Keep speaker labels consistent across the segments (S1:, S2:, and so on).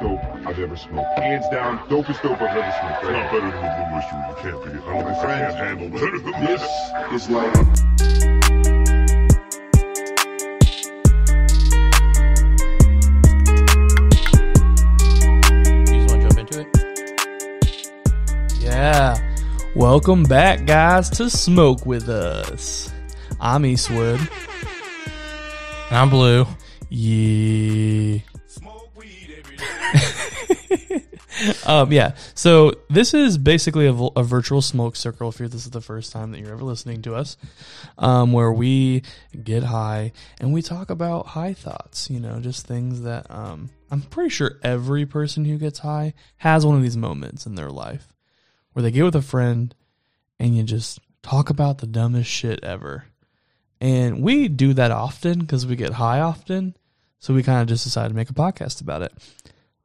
S1: dope I've ever smoked. Hands down, dopest dope I've ever smoked. Right? Not better than the Blue Oyster. You can't be. I don't think I can't handle better than this. This is like.
S2: You just want to jump into it?
S3: Yeah. Welcome back, guys, to Smoke With Us. I'm Eastwood.
S2: And I'm blue.
S3: Yeah. um, yeah. So this is basically a, vo- a virtual smoke circle. If you're, this is the first time that you're ever listening to us, um, where we get high and we talk about high thoughts. You know, just things that um, I'm pretty sure every person who gets high has one of these moments in their life where they get with a friend and you just talk about the dumbest shit ever. And we do that often because we get high often. So we kind of just decided to make a podcast about it.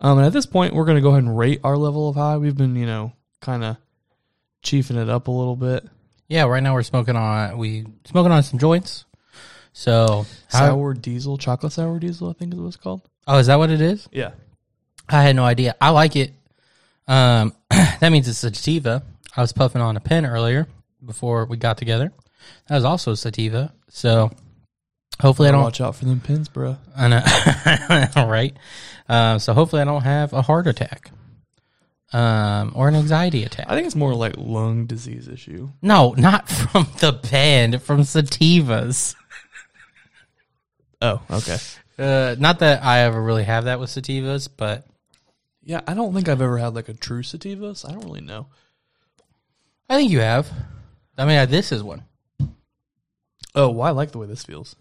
S3: Um, and at this point, we're going to go ahead and rate our level of high. We've been, you know, kind of chiefing it up a little bit.
S2: Yeah, right now we're smoking on we smoking on some joints. So how,
S3: Sour diesel, chocolate sour diesel, I think is what it's called.
S2: oh, is that what it is?
S3: Yeah.
S2: I had no idea. I like it. Um, that means it's sativa. I was puffing on a pen earlier before we got together. That was also sativa. So hopefully I don't
S3: Watch out for them pins, bro.
S2: I know. All right. Um, so hopefully I don't have a heart attack um, or an anxiety attack.
S3: I think it's more like lung disease issue.
S2: No, not from the pen, from sativas.
S3: Oh, okay.
S2: Uh, not that I ever really have that with sativas, but
S3: Yeah, I don't think I've ever had like a true sativa, so I don't really know.
S2: I think you have. I mean, uh, this is one.
S3: Oh, well, I like the way this feels.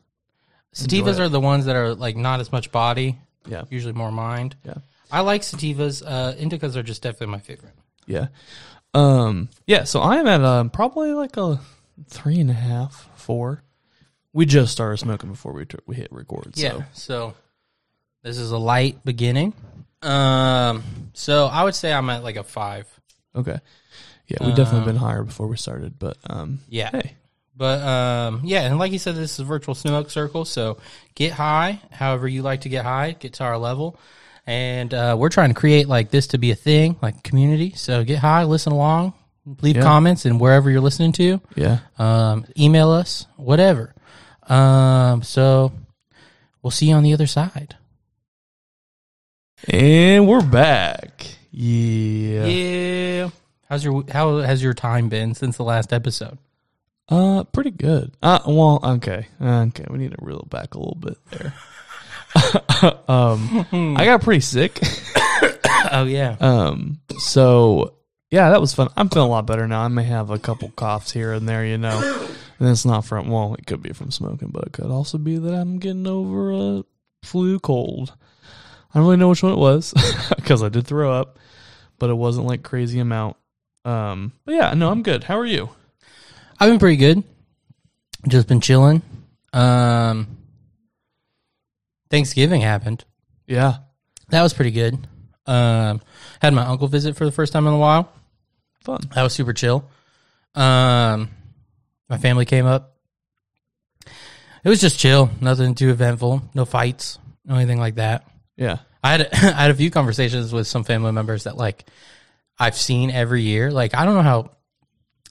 S2: Sativas
S3: it.
S2: are the ones that are like not as much body,
S3: Yeah.
S2: usually more mind.
S3: Yeah.
S2: I like sativas. Uh, indicas are just definitely my favorite.
S3: Yeah. Um, yeah, so I'm at um, probably like a three and a half, four. We just started smoking before we, t- we hit record.
S2: Yeah.
S3: So.
S2: So. this is a light beginning. Um, so I would say I'm at like a five.
S3: Okay. Yeah, we've definitely been higher before we started, but um,
S2: Yeah.
S3: hey,
S2: But um, yeah, and like you said, this is virtual smoke circle. So get high, however you like to get high, get to our level. And uh, we're trying to create like this to be a thing, like community. So get high, listen along, leave comments, and wherever you're listening to,
S3: yeah,
S2: um, email us, whatever. Um, so we'll see you on the other side.
S3: and we're back. Yeah.
S2: Yeah. How's your how has your time been since the last episode?
S3: Uh, pretty good. Uh, well, okay, okay. We need to reel back a little bit there. um, I got pretty sick.
S2: Oh yeah.
S3: Um, so yeah, that was fun. I'm feeling a lot better now. I may have a couple coughs here and there, you know. And it's not from well, it could be from smoking, but it could also be that I'm getting over a flu cold. I don't really know which one it was because I did throw up, but it wasn't like crazy amount. Um, but yeah, no, I'm good. How are you?
S2: I've been pretty good. Just been chilling. Um, Thanksgiving happened.
S3: Yeah,
S2: That was pretty good. Um, had my uncle visit for the first time in a while.
S3: fun.
S2: That was super chill. Um, my family came up. It was just chill. Nothing too eventful. No fights. No anything like that.
S3: Yeah,
S2: I had I had a few conversations with some family members that like I've seen every year. Like I don't know how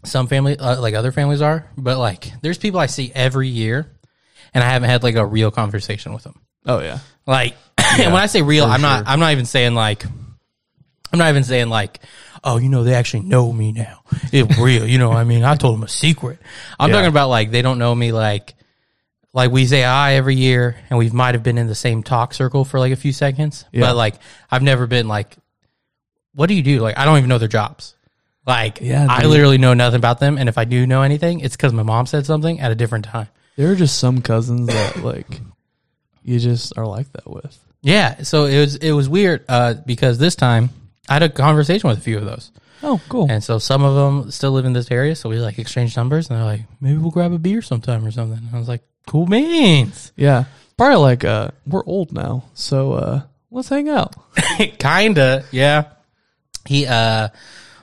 S2: some family uh, like other families are, but like there's people I see every year, and I haven't had like a real conversation with them.
S3: oh yeah,
S2: Like and when I say real, I'm not I'm not even saying like I'm not even saying like oh you know they actually know me now. It's real, you know. what I mean, I told them a secret. I'm
S3: Yeah.
S2: talking about like they don't know me like. Like we say hi every year, and we might have been in the same talk circle for like a few seconds,
S3: Yeah.
S2: but like I've never been like, what do you do? Like I don't even know their jobs. Like
S3: Yeah,
S2: I
S3: dude.
S2: literally know nothing about them, and if I do know anything, it's because my mom said something at a different time.
S3: there are just some cousins that like you just are like that with.
S2: Yeah, so it was it was weird uh, because this time I had a conversation with a few of those,
S3: Oh, cool.
S2: and so some of them still live in this area, so we like exchanged numbers, and they're like, maybe we'll grab a beer sometime or something. And I was like, cool beans,
S3: Yeah. Probably like uh we're old now, so uh let's hang out.
S2: kinda, yeah. He, uh,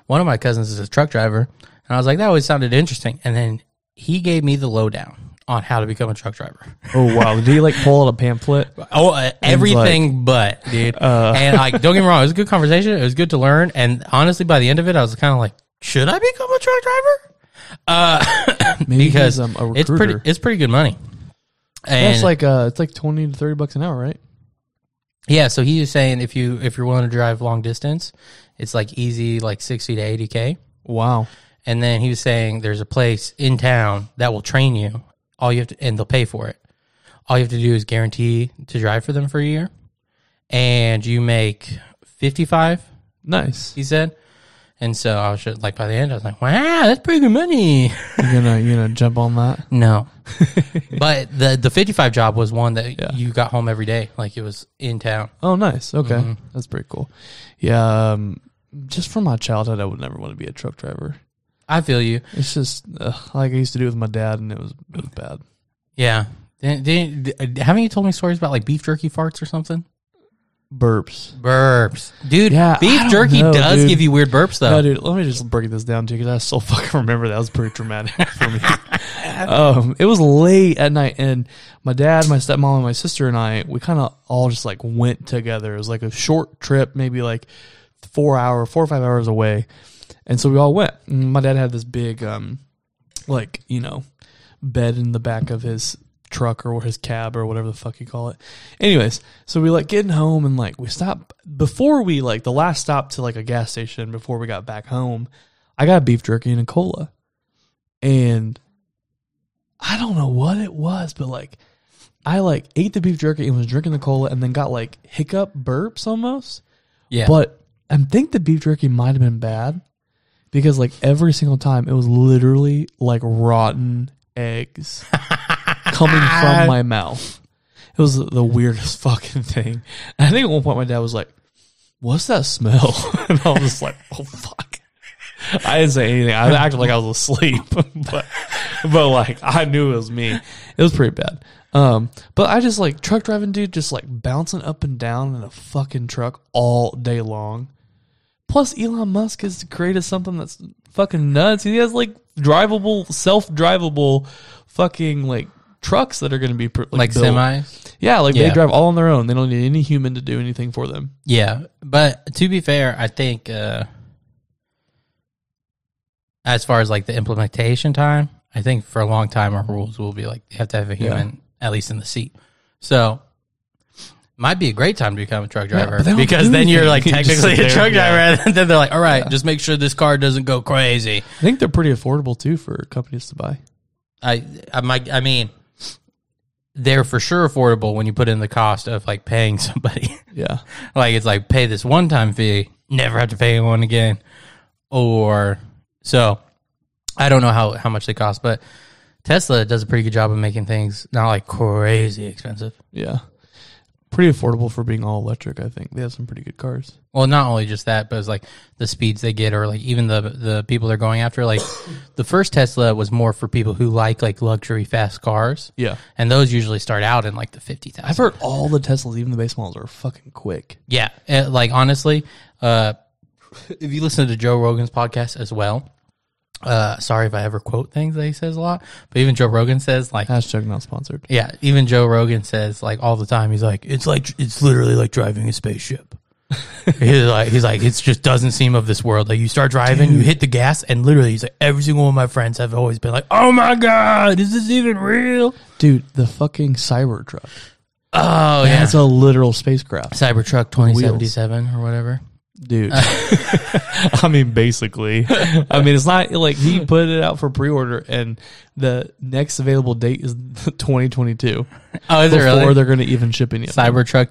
S2: one of my cousins is a truck driver, and I was like, that always sounded interesting, and then he gave me the lowdown on how to become a truck driver.
S3: Oh wow! Do you like pull out a pamphlet?
S2: Oh, uh, everything but, dude.
S3: uh,
S2: and like, don't get me wrong, it was a good conversation. It was good to learn. And honestly, by the end of it, I was kind of like, should I become a truck driver?
S3: Maybe
S2: Because
S3: I'm a recruiter.
S2: it's pretty, it's pretty good money. And
S3: That's like uh, it's like twenty to thirty bucks an hour, right?
S2: yeah, so he was saying if you if you're willing to drive long distance, it's like easy like sixty to eighty k.
S3: Wow.
S2: And then he was saying there's a place in town that will train you. All you have to, and they'll pay for it. All you have to do is guarantee to drive for them for a year, and you make fifty five.
S3: Nice.
S2: He said, and so I was just like, by the end, I was like, wow, that's pretty good money.
S3: You're gonna you gonna jump on that?
S2: No, but the the fifty five job was one that you got home every day, like it was in town.
S3: Oh, nice. Okay, that's pretty cool. Yeah. Um, just from my childhood, I would never want to be a truck driver.
S2: I feel you.
S3: It's just uh, like I used to do with my dad, and it was, it was bad.
S2: Yeah. Didn't- didn't- haven't you told me stories about like beef jerky farts or something?
S3: Burps.
S2: Burps, dude.
S3: Yeah, I
S2: beef
S3: don't
S2: jerky
S3: know,
S2: does
S3: dude.
S2: give you weird burps though.
S3: No, dude, let me just break this down to you because I still fucking remember that. It was pretty traumatic for me. um, it was late at night, and my dad, my stepmom, and my sister and I, we kind of all just like went together. It was like a short trip, maybe like four hour, four or five hours away, and so we all went. And my dad had this big, um, like you know, bed in the back of his truck or his cab or whatever the fuck you call it. Anyways, so we like getting home and like we stop before we like the last stop to like a gas station before we got back home. I got beef jerky and a cola, and I don't know what it was, but like I like ate the beef jerky and was drinking the cola and then got like hiccup burps almost.
S2: yeah,
S3: But I think the beef jerky might have been bad because like every single time it was literally like rotten eggs coming from my mouth. It was the weirdest fucking thing. I think at one point my dad was like, "What's that smell?" And I was just like, "Oh fuck." I didn't say anything. I acted like I was asleep, but but like I knew it was me. It was pretty bad. Um, but I just like truck driving, dude, just like bouncing up and down in a fucking truck all day long. Plus, Elon Musk has created something that's fucking nuts. He has like drivable, self-drivable, fucking like trucks that are going to be pr-
S2: like
S3: built.
S2: semis.
S3: Yeah, like
S2: Yeah.
S3: they drive all on their own. They don't need any human to do anything for them.
S2: Yeah, but to be fair, I think uh, as far as like the implementation time, I think for a long time our rules will be like you have to have a human at least in the seat. So might be a great time to become a truck
S3: Yeah,
S2: driver
S3: but they don't
S2: because
S3: do
S2: then you're
S3: anything.
S2: like
S3: You just
S2: technically
S3: sit
S2: a
S3: there,
S2: truck driver, and then they're like, all right, just make sure this car doesn't go crazy.
S3: I think they're pretty affordable too for companies to buy.
S2: I I might I mean they're for sure affordable when you put in the cost of like paying somebody.
S3: Yeah,
S2: like it's like pay this one time fee, never have to pay one again. Or so I don't know how, how much they cost, but Tesla does a pretty good job of making things not like crazy expensive.
S3: yeah, pretty affordable for being all electric. I think they have some pretty good cars.
S2: Well, not only just that, but it's like the speeds they get, or like even the the people they're going after. Like the first Tesla was more for people who like like luxury fast cars,
S3: Yeah,
S2: and those usually start out in like the fifty thousand.
S3: I've heard all the Teslas, even the base models, are fucking quick.
S2: Yeah, uh, like honestly, uh, if you listen to Joe Rogan's podcast as well, uh, sorry if I ever quote things that he says a lot, but even Joe Rogan says like,
S3: Hashtag not sponsored.
S2: yeah, even Joe Rogan says like all the time. He's like, it's like it's literally like driving a spaceship. he's like, he's like, it just doesn't seem of this world. Like you start driving, you hit the gas, and literally, he's like, every single one of my friends have always been like, oh my god, is this even real?
S3: Dude, the fucking Cybertruck.
S2: Oh yeah,
S3: That's a literal spacecraft.
S2: Cybertruck twenty seventy seven or whatever.
S3: Dude. I mean, basically. I mean, it's not like he put it out for pre order, and the next available date is 2022.
S2: Oh, is
S3: Before
S2: it really?
S3: they're going to even ship any of them.
S2: Cybertruck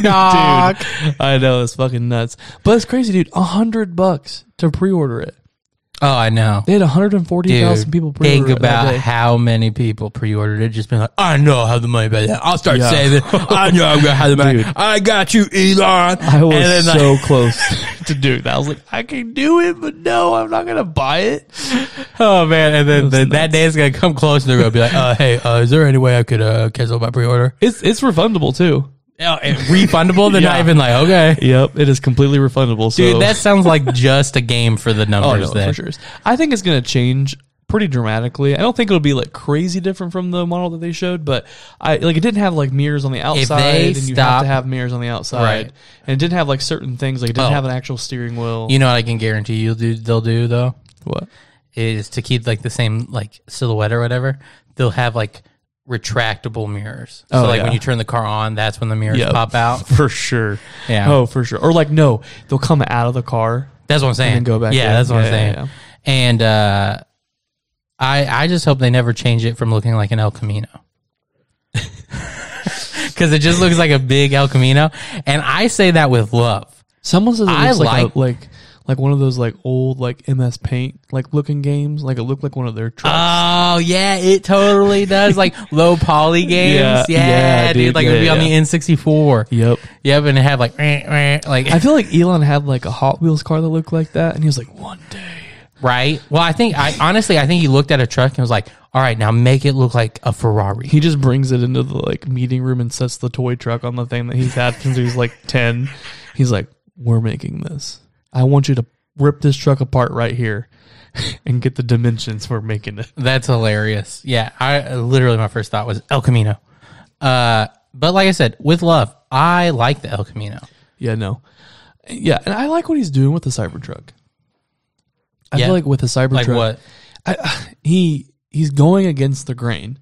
S2: dog.
S3: Dude, I know. It's fucking nuts. But it's crazy, dude. A 100 bucks to pre order it.
S2: Oh, I know.
S3: They had 140,000
S2: Dude,
S3: people pre order
S2: think
S3: it. that
S2: about
S3: day.
S2: how many people pre-ordered it. Just been like, I know I have the money by then. I'll start
S3: Yeah.
S2: saving. I know I'm gonna have the money.
S3: Dude.
S2: I got you, Elon.
S3: I was
S2: And then,
S3: so
S2: like,
S3: close to doing that. I was like, I can do it, but no, I'm not going to buy it.
S2: oh man, and then
S3: was
S2: the, that day is gonna come close, and they're gonna be like, uh, "Hey, uh, is there any way I could uh, cancel my pre-order?"
S3: It's it's refundable too.
S2: Uh, and refundable? They're not
S3: Yeah.
S2: even like, "Okay,
S3: Yep, it is completely refundable. So
S2: dude." That sounds like just a game for the
S3: oh,
S2: numbers.
S3: no,
S2: then.
S3: for sure. I think it's going to change pretty dramatically. I don't think it'll be like crazy different from the model that they showed, but I like it didn't have like mirrors on the outside,
S2: they
S3: and you have
S2: stop-
S3: to have mirrors on the outside,
S2: Right.
S3: and it didn't have like certain things. Like it didn't
S2: Oh.
S3: have an actual steering wheel.
S2: You know what I can guarantee you'll do they'll do though
S3: what?
S2: is to keep like the same like silhouette or whatever. They'll have like retractable mirrors. So
S3: Oh,
S2: like
S3: yeah.
S2: when you turn the car on, that's when the mirrors pop out.
S3: for sure.
S2: Yeah.
S3: Oh, for sure. Or like no, they'll come out of the car.
S2: That's what I'm saying.
S3: then go back
S2: Yeah,
S3: in.
S2: that's what
S3: Yeah,
S2: I'm saying.
S3: yeah, yeah.
S2: And uh, I I just hope they never change it from looking like an El Camino. Because it just looks like a big El Camino, and I say that with love.
S3: Someone says it
S2: I
S3: looks like
S2: like-
S3: a, like like one of those like old like MS Paint like looking games. Like it looked like one of their trucks.
S2: Oh yeah, it totally does. Like low poly games, yeah,
S3: Yeah, yeah,
S2: dude.
S3: dude,
S2: Like it would
S3: yeah,
S2: be on the
S3: yeah.
S2: N sixty four.
S3: yep.
S2: Yep, and it had like eh, eh, like
S3: I feel like Elon had like a Hot Wheels car that looked like that, and he was like, one day.
S2: right. Well, I think I honestly I think he looked at a truck and was like, "All right, now make it look like a Ferrari."
S3: He just brings it into the like meeting room and sets the toy truck on the thing that he's had since he was like ten. He's like, "We're making this. I want you to rip this truck apart right here, and get the dimensions we're making it."
S2: That's hilarious. Yeah, I literally my first thought was El Camino. Uh, but like I said, with love, I like the El Camino.
S3: Yeah, no, yeah, and I like what he's doing with the Cybertruck. I
S2: Yeah.
S3: feel like with the Cybertruck,
S2: Like what?
S3: I, he he's going against the grain.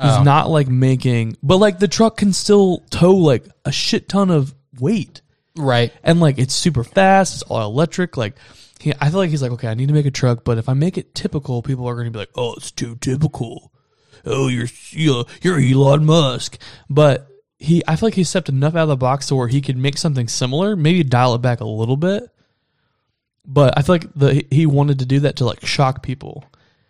S3: He's
S2: Oh.
S3: not like making, but like the truck can still tow like a shit ton of weight,
S2: Right.
S3: and like it's super fast. It's all electric. Like he, I feel like he's like, okay, I need to make a truck, but if I make it typical, people are going to be like, oh, it's too typical. Oh, you're you're you're Elon Musk, but. He, I feel like he stepped enough out of the box to where he could make something similar, maybe dial it back a little bit. But I feel like the he wanted to do that to like shock people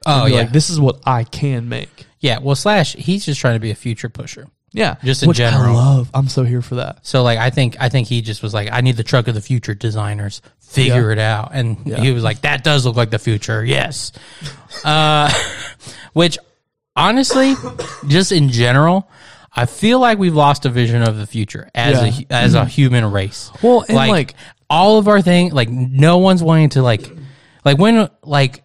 S2: Oh
S3: be
S2: yeah.
S3: like this is what I can make.
S2: yeah. Well, slash, he's just trying to be a future pusher.
S3: Yeah,
S2: Just in
S3: which I
S2: general.
S3: love. I'm so here for that.
S2: So like I think I think he just was like I need the truck of the future designers figure
S3: Yeah.
S2: it out and he was like that does look like the future yes uh which honestly just in general I feel like we've lost a vision of the future as a
S3: Yeah. Mm-hmm.
S2: as a human race
S3: Well, and, like-
S2: all of our thing like no one's wanting to like like when like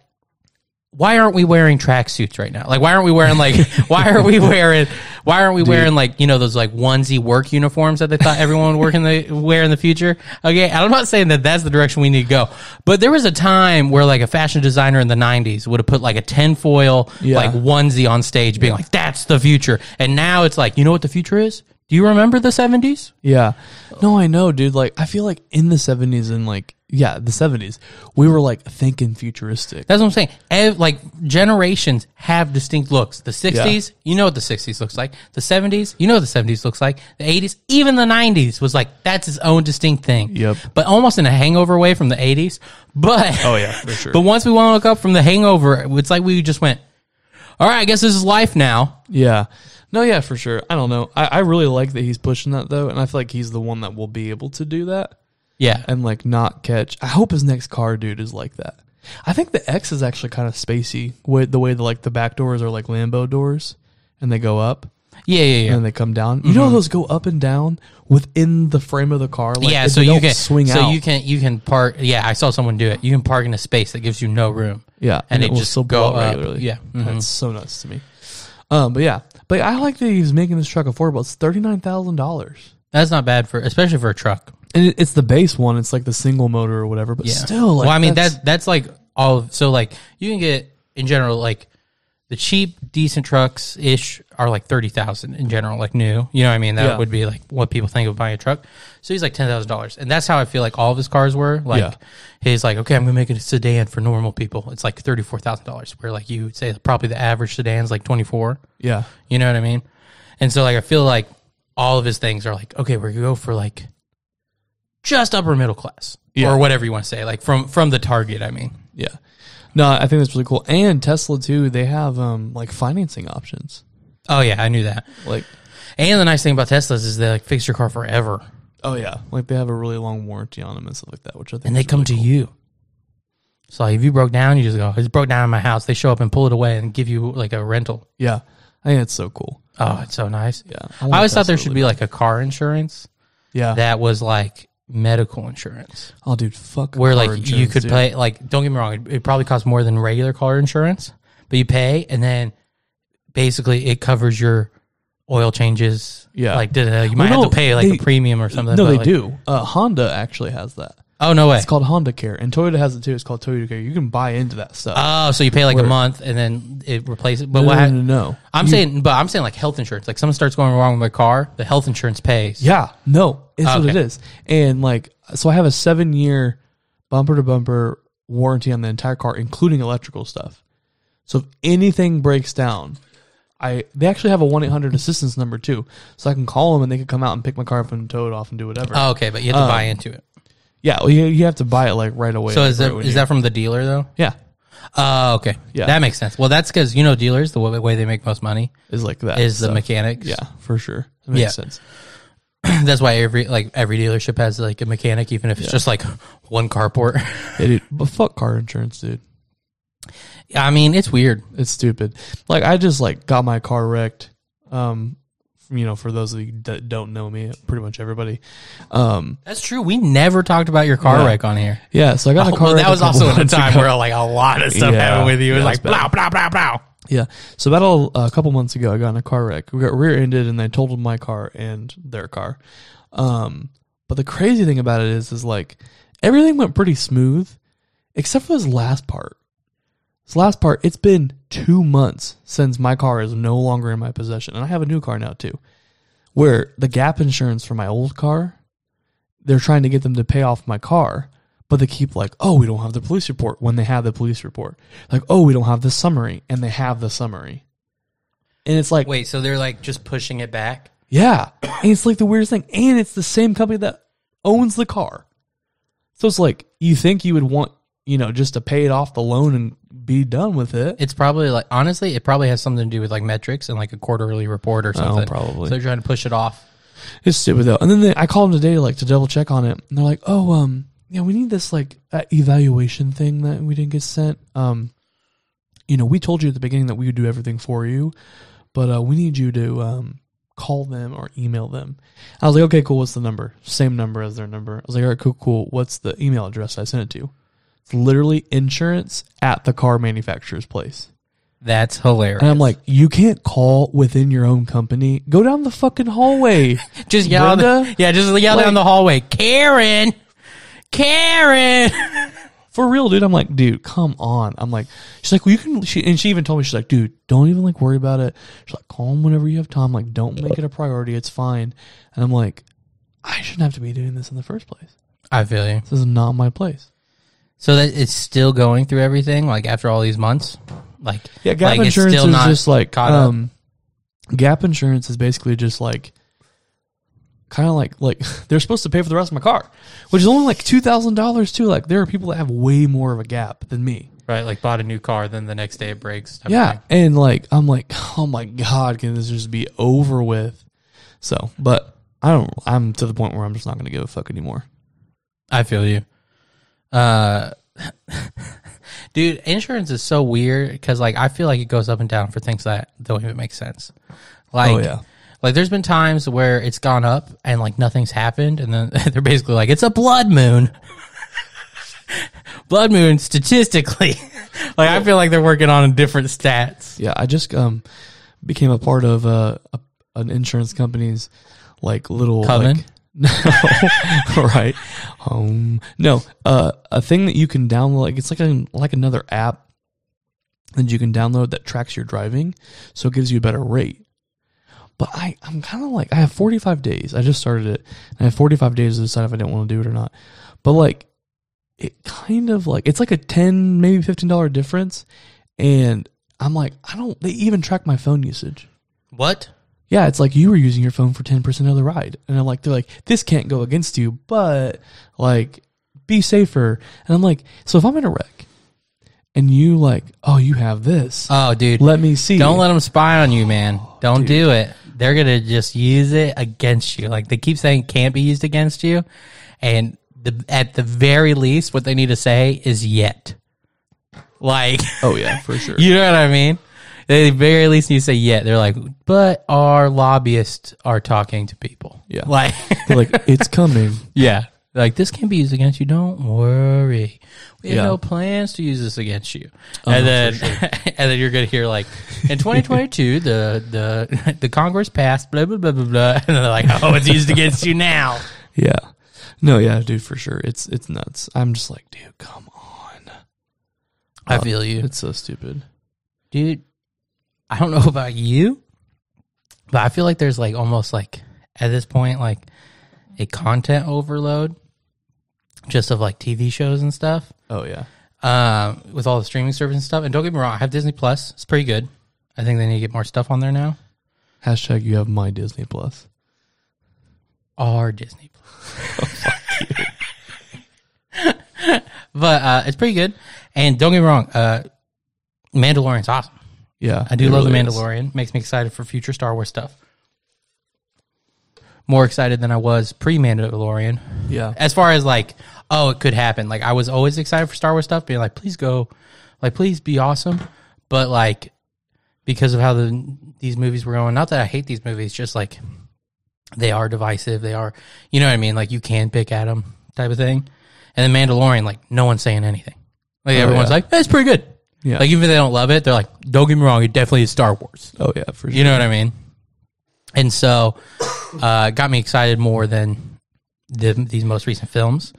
S2: why aren't we wearing tracksuits right now? Like, why aren't we wearing like, why are we wearing, why aren't we wearing like, you know, those like onesie work uniforms that they thought everyone would work in the, wear in the future? Okay. And I'm not saying that that's the direction we need to go, but there was a time where like a fashion designer in the nineties would have put like a tinfoil,
S3: Yeah.
S2: like onesie on stage being like, that's the future. And now it's like, you know what the future is? Do you remember the seventies?
S3: Yeah, no, I know, dude. Like I feel like in the '70s and like yeah, the '70s, we were like thinking futuristic.
S2: That's what I'm saying. Ev- like generations have distinct looks. The 60s, you know what the 60s looks like. The 70s, you know what the 70s looks like. The 80s, even the 90s was like that's its own distinct thing.
S3: Yep.
S2: But almost in a hangover way from the 80s. But
S3: Oh, yeah, for sure.
S2: But once we woke up from the hangover, it's like we just went, all right, I guess this is life now.
S3: Yeah. No, yeah, for sure. I don't know. I, I really like that he's pushing that though, and I feel like he's the one that will be able to do that
S2: Yeah.
S3: and like not catch. I hope his next car, dude, is like that. I think the X is actually kind of spacey with the way the like the back doors are like Lambo doors, and they go up.
S2: Yeah, yeah, yeah.
S3: and they come down. You know how
S2: Mm-hmm.
S3: those go up and down within the frame of the car. Like,
S2: yeah,
S3: if
S2: so
S3: they
S2: you
S3: don't
S2: can
S3: swing
S2: so
S3: out.
S2: you can you can park. Yeah, I saw someone do it. You can park in a space that gives you no room.
S3: yeah,
S2: and, it,
S3: will
S2: just
S3: still
S2: go
S3: blow
S2: up.
S3: regularly.
S2: Yeah,
S3: that's so nuts to me. Um, but yeah, but I like that he's making this truck affordable. It's thirty nine thousand dollars,
S2: that's not bad for especially for a truck.
S3: and it, it's the base one. It's like the single motor or whatever. But still, like,
S2: well, I mean
S3: that's,
S2: that that's like all. Of, so like you can get in general like the cheap decent trucks ish are like thirty thousand in general, like new. You know what I mean? That
S3: Yeah.
S2: would be like what people think of buying a truck. So he's like ten thousand dollars, and that's how I feel like all of his cars were. Like
S3: Yeah.
S2: he's like, okay, I'm gonna make it a sedan for normal people. It's like thirty four thousand dollars, where like you would say probably the average sedan's like twenty four.
S3: yeah,
S2: You know what I mean? And so like I feel like all of his things are like, okay, we're gonna go for like just upper middle class.
S3: Yeah.
S2: Or whatever you want to say. Like from from the target, I mean.
S3: yeah. No, I think that's really cool. And Tesla too. They have um like financing options.
S2: Oh yeah, I knew that.
S3: Like
S2: And the nice thing about Teslas is they like fix your car forever.
S3: oh yeah, like they have a really long warranty on them and stuff like that. Which I think
S2: And they
S3: is
S2: come
S3: really
S2: to
S3: cool.
S2: you. So like, if you broke down, you just go, it's broke down in my house. They show up and pull it away and give you like a rental.
S3: Yeah, I think it's so cool.
S2: Oh, it's so nice.
S3: Yeah,
S2: I always thought there should be like a car insurance
S3: yeah.
S2: that was like medical insurance.
S3: oh, dude, fuck.
S2: where
S3: car
S2: like you
S3: insurance,
S2: could
S3: dude.
S2: pay like don't get me wrong it, it probably costs more than regular car insurance but you pay, and then basically it covers your oil changes.
S3: Yeah.
S2: like da, da, da. you might
S3: Well,
S2: have to
S3: no,
S2: pay like
S3: they-
S2: a premium or something.
S3: no,
S2: but,
S3: they
S2: like-
S3: do. Uh, Honda actually has that.
S2: Oh no way!
S3: It's called Honda Care, and Toyota has it too. It's called Toyota Care. You can buy into that stuff.
S2: oh, so you pay like
S3: Where-
S2: a month and then it replaces. But
S3: no,
S2: what?
S3: no,
S2: hap-
S3: no, no.
S2: I'm saying, but I'm saying like health insurance. Like someone starts going wrong with their car, the health insurance pays.
S3: Yeah, no, it's what it
S2: Oh, Okay.
S3: is. And like, so I have a seven year bumper to bumper warranty on the entire car, including electrical stuff. So if anything breaks down, I they actually have a one eight hundred assistance number too, so I can call them and they can come out and pick my car up and tow it off and do whatever.
S2: Oh, okay, but you have to buy into it.
S3: Uh, yeah, well, you, you have to buy it like right away.
S2: So
S3: like,
S2: is
S3: right
S2: that
S3: when
S2: is
S3: you-
S2: that from the dealer though?
S3: yeah?
S2: Oh, okay.
S3: Yeah.
S2: That makes sense. Well, that's because, you know, dealers, the way way they make most money
S3: Is like that
S2: is the
S3: stuff.
S2: mechanics.
S3: yeah for sure. That makes
S2: Yeah.
S3: sense.
S2: That's why every, like, every dealership has, like, a mechanic, even if it's just, like, one carport.
S3: Yeah, dude, but fuck car insurance, dude.
S2: I mean, it's weird.
S3: It's stupid. Like I just like got my car wrecked. Um, you know, for those of you that don't know me, pretty much everybody. Um,
S2: That's true. We never talked about your car
S3: Yeah.
S2: wreck on here.
S3: yeah. So I got a car.
S2: Oh, Well,
S3: wreck
S2: that was
S3: a couple
S2: also at a
S3: months
S2: time
S3: ago.
S2: where, like, a lot of stuff
S3: Yeah.
S2: happened with you. It was
S3: Yeah,
S2: like,
S3: it's bad.
S2: blah, blah, blah, blah.
S3: Yeah. So about a, a couple months ago, I got in a car wreck. We got rear-ended, and they totaled my car and their car. Um, but the crazy thing about it is, is like everything went pretty smooth, except for this last part. This last part, it's been two months since my car is no longer in my possession, and I have a new car now too. Where the gap insurance for my old car, they're trying to get them to pay off my car, but they keep like, oh, we don't have the police report when they have the police report. Like, oh, we don't have the summary, and they have the summary. And it's like,
S2: Wait, so they're, like, just pushing it back?
S3: yeah. And it's like the weirdest thing. And it's the same company that owns the car. So it's like you think you would want, you know, just to pay it off the loan and be done with it.
S2: It's probably, like, honestly, it probably has something to do with, like, metrics and, like, a quarterly report or something.
S3: Oh, probably.
S2: So they're trying to push it off.
S3: It's stupid though. And then they, I called them today like to double check on it. And they're like, "Oh, um, yeah, we need this like uh, evaluation thing that we didn't get sent. Um, you know, we told you at the beginning that we would do everything for you, but uh, we need you to um call them or email them." I was like, "Okay, cool. What's the number? Same number as their number." I was like, "All right, cool, cool. What's the email address I sent it to?" It's literally insurance at the car manufacturer's place.
S2: That's hilarious.
S3: And I'm like, you can't call within your own company. Go down the fucking hallway.
S2: Just yell, down the,
S3: Brenda?
S2: yeah, just yell down
S3: Like-
S2: the hallway, Karen, Karen.
S3: for real, dude. I'm like, dude, come on. I'm like, she's like, well, you can. She and she even told me she's like, dude, don't even like worry about it. She's like, call him whenever you have time. Like, don't make it a priority. It's fine. And I'm like, I shouldn't have to be doing this in the first place.
S2: I feel you.
S3: This is not my place.
S2: So that it's still going through everything, like after all these months, like
S3: Yeah, gap
S2: like, it's
S3: insurance
S2: still
S3: is
S2: not
S3: just like
S2: caught
S3: um, gap insurance is basically just like kind of like like they're supposed to pay for the rest of my car, which is only like two thousand dollars too. Like, there are people that have way more of a gap than me.
S2: up, right? Like bought a new car, then the next day it breaks. type of
S3: Yeah,
S2: thing.
S3: and like I'm like, oh my god, can this just be over with? So, but I don't. I'm to the point where I'm just not going to give a fuck anymore.
S2: I feel you. Uh, dude, insurance is so weird because like I feel like it goes up and down for things that don't even make sense. Like,
S3: Oh, yeah.
S2: like there's been times where it's gone up and like nothing's happened, and then they're basically like, it's a blood moon. blood moon statistically, like I feel like they're working on different stats.
S3: Yeah, I just um became a part of uh, a an insurance company's like little
S2: Coven?
S3: Like, no, right? Um, no, uh, a thing that you can download. Like it's like a, like another app that you can download that tracks your driving, so it gives you a better rate. But I, I'm kind of like I have 45 days. I just started it, and I have 45 days to decide if I didn't want to do it or not. But like, it kind of like it's like a 10 maybe 15 dollar difference, and I'm like I don't. They even track my phone usage.
S2: What?
S3: Yeah, it's like you were using your phone for 10% of the ride. And I'm like, they're like, this can't go against you, but like, be safer. And I'm like, so if I'm in a wreck and you like, oh, you have this,
S2: Oh, dude.
S3: let me see.
S2: Don't let them spy on you, man. Don't do it. They're gonna just use it against you. Like they keep saying, it can't be used against you, and the, at the very least, what they need to say is yet. Like
S3: Oh, yeah, for sure.
S2: you know what I mean? They very least need to say yet. They're like, but our lobbyists are talking to people.
S3: Yeah.
S2: like
S3: They're like, it's coming.
S2: yeah. Like this can be used against you. Don't worry. We have
S3: Yeah.
S2: no plans to use this against you. and then, and then you're gonna hear like, in 2022, the the the Congress passed blah blah blah blah blah, and they're like, oh, it's used against you now.
S3: Yeah. No, yeah, dude, for sure. It's it's nuts. I'm just like, dude, come on.
S2: I feel you,
S3: It's so stupid.
S2: dude. I don't know about you, but I feel like there's like almost like at this point like a content overload, just of like TV shows and stuff.
S3: Oh yeah.
S2: um, with all the streaming service and stuff. And don't get me wrong, I have Disney Plus. It's pretty good. I think they need to get more stuff on there now.
S3: Hashtag you have my Disney Plus.
S2: Our Disney Plus. but uh, it's pretty good. And don't get me wrong, uh, Mandalorian's awesome.
S3: Yeah.
S2: I do
S3: it
S2: love
S3: really
S2: The
S3: is.
S2: Mandalorian. Makes me excited for future Star Wars stuff. More excited than I was pre Mandalorian.
S3: Yeah.
S2: as far as like, oh, it could happen. Like I was always excited for Star Wars stuff, being like, please go, like please be awesome. But like because of how the these movies were going, not that I hate these movies, just like they are divisive. They are, you know what I mean? Like you can pick at them type of thing. And then Mandalorian, like no one's saying anything. Like everyone's
S3: Oh, yeah.
S2: like, that's pretty good.
S3: Yeah.
S2: Like even if they don't love it, they're like, don't get me wrong, it definitely is Star Wars.
S3: Oh yeah, for sure.
S2: You know what I mean? And so, uh, got me excited more than the, these most recent films.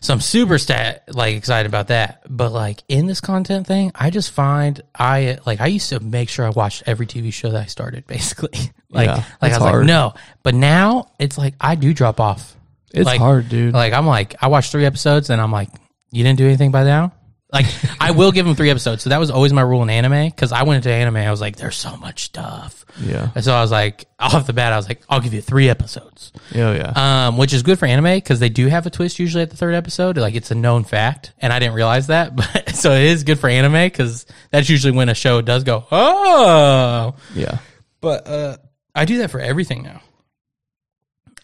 S2: So I'm super stat like excited about that. But like in this content thing, I just find I like I used to make sure I watched every TV show that I started. Basically, like
S3: Yeah,
S2: like I
S3: that's
S2: was like
S3: hard.
S2: no, but now it's like I do drop off.
S3: It's
S2: Like-
S3: hard, dude.
S2: Like I'm like I watched three episodes and I'm like you didn't do anything by now. Like I will give them three episodes. So that was always my rule in anime because I went into anime. I was like there's so much stuff.
S3: yeah.
S2: And so I was like, off the bat, I was like, I'll give you three episodes,
S3: Oh yeah.
S2: um, which is good for anime because they do have a twist usually at the third episode. Like it's a known fact, and I didn't realize that, but so it is good for anime because that's usually when a show does go, oh.
S3: yeah.
S2: But uh, I do that for everything now.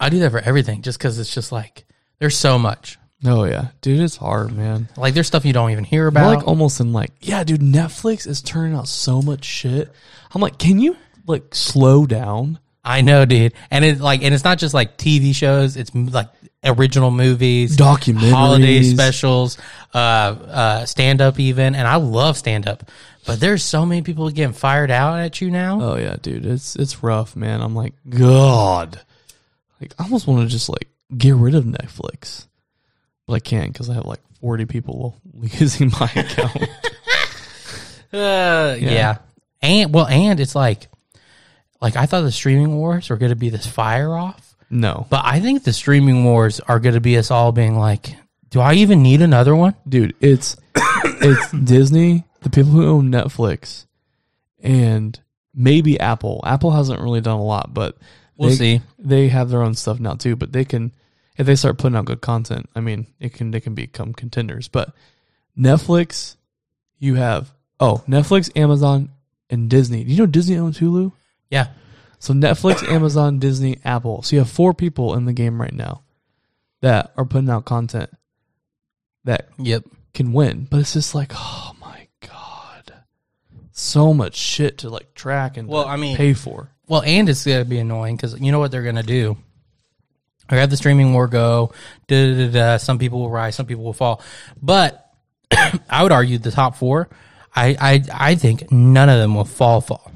S2: I do that for everything just because it's just like there's so much.
S3: Oh yeah. Dude, it's hard, man.
S2: Like there's stuff you don't even hear
S3: We're
S2: about.
S3: like almost in like, yeah, dude, Netflix is turning out so much shit. I'm like, can you like slow down?
S2: I know, dude, and it's like, and it's not just like TV shows. It's m- like original movies,
S3: Documentaries.
S2: holiday specials, uh, uh, stand up even, and I love stand up, but there's so many people getting fired out at you now.
S3: Oh yeah, dude, it's it's rough, man. I'm like, God, like I almost want to just like get rid of Netflix, but I can't because I have like 40 people using my account. Oh.
S2: Uh, yeah. and well, and it's like, like I thought the streaming wars were going to be this fire off,
S3: no,
S2: but I think the streaming wars are going to be us all being like, do I even need another one?
S3: dude, it's it's Disney, the people who own Netflix, and maybe Apple. Apple hasn't really done a lot, but
S2: We'll
S3: they-
S2: see.
S3: They have their own stuff now too, but they can if they start putting out good content. I mean, it can they can become contenders, but Netflix, you have oh Netflix, Amazon, and Disney. Do you know Disney owns Hulu?
S2: Yeah,
S3: So Netflix, Amazon, Disney, Apple. So you have four people in the game right now that are putting out content that
S2: yep.
S3: can win. But it's just like, oh my god, so much shit to like track and
S2: Well, I mean-
S3: pay for.
S2: Well, and it's going to be annoying because you know what they're going to do. I have the streaming war go. Da, da, da, da. Some people will rise, some people will fall. But I would argue the top four. I, I I think none of them will fall fall.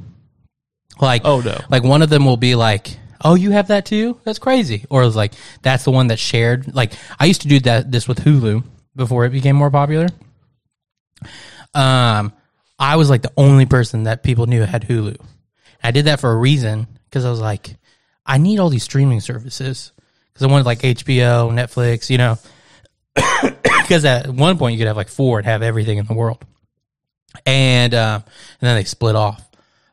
S2: Like
S3: Oh, no.
S2: like one of them will be like, oh, you have that too? That's crazy. Or it's like that's the one that's shared. Like I used to do that this with Hulu before it became more popular. Um, I was like the only person that people knew had Hulu. I did that for a reason because I was like, I need all these streaming services because I wanted like HBO, Netflix, you know. Because at one point you could have like four and have everything in the world, and um, and then they split off.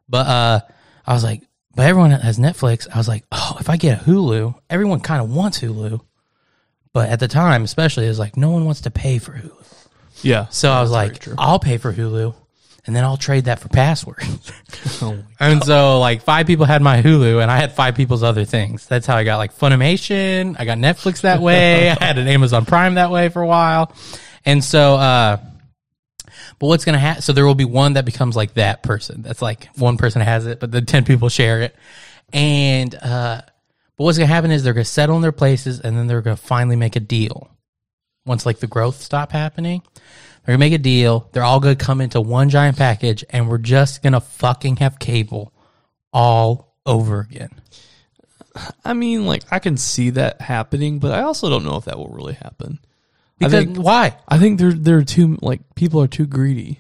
S2: But uh, I was like, but everyone has Netflix. I was like, oh, if I get a Hulu, everyone kind of wants Hulu. But at the time, especially, it was like no one wants to pay for Hulu.
S3: Yeah.
S2: So I was like, I'll pay for Hulu, and then I'll trade that for password. and so like five people had my Hulu, and I had five people's other things. That's how I got like Funimation. I got Netflix that way. I had an Amazon Prime that way for a while, and so. uh but what's gonna happen? So there will be one that becomes like that person. That's like one person has it, but then ten people share it, and uh, But what's going to happen is they're going to settle in their places and then they're going to finally make a deal. Once like the growth stop happening, they're going to make a deal. They're all going to come into one giant package and we're just going to fucking have cable all over again.
S3: I mean, like I can see that happening, but I also don't know if that will really happen.
S2: Because
S3: I think
S2: why?
S3: I think they're they're too like people are too greedy.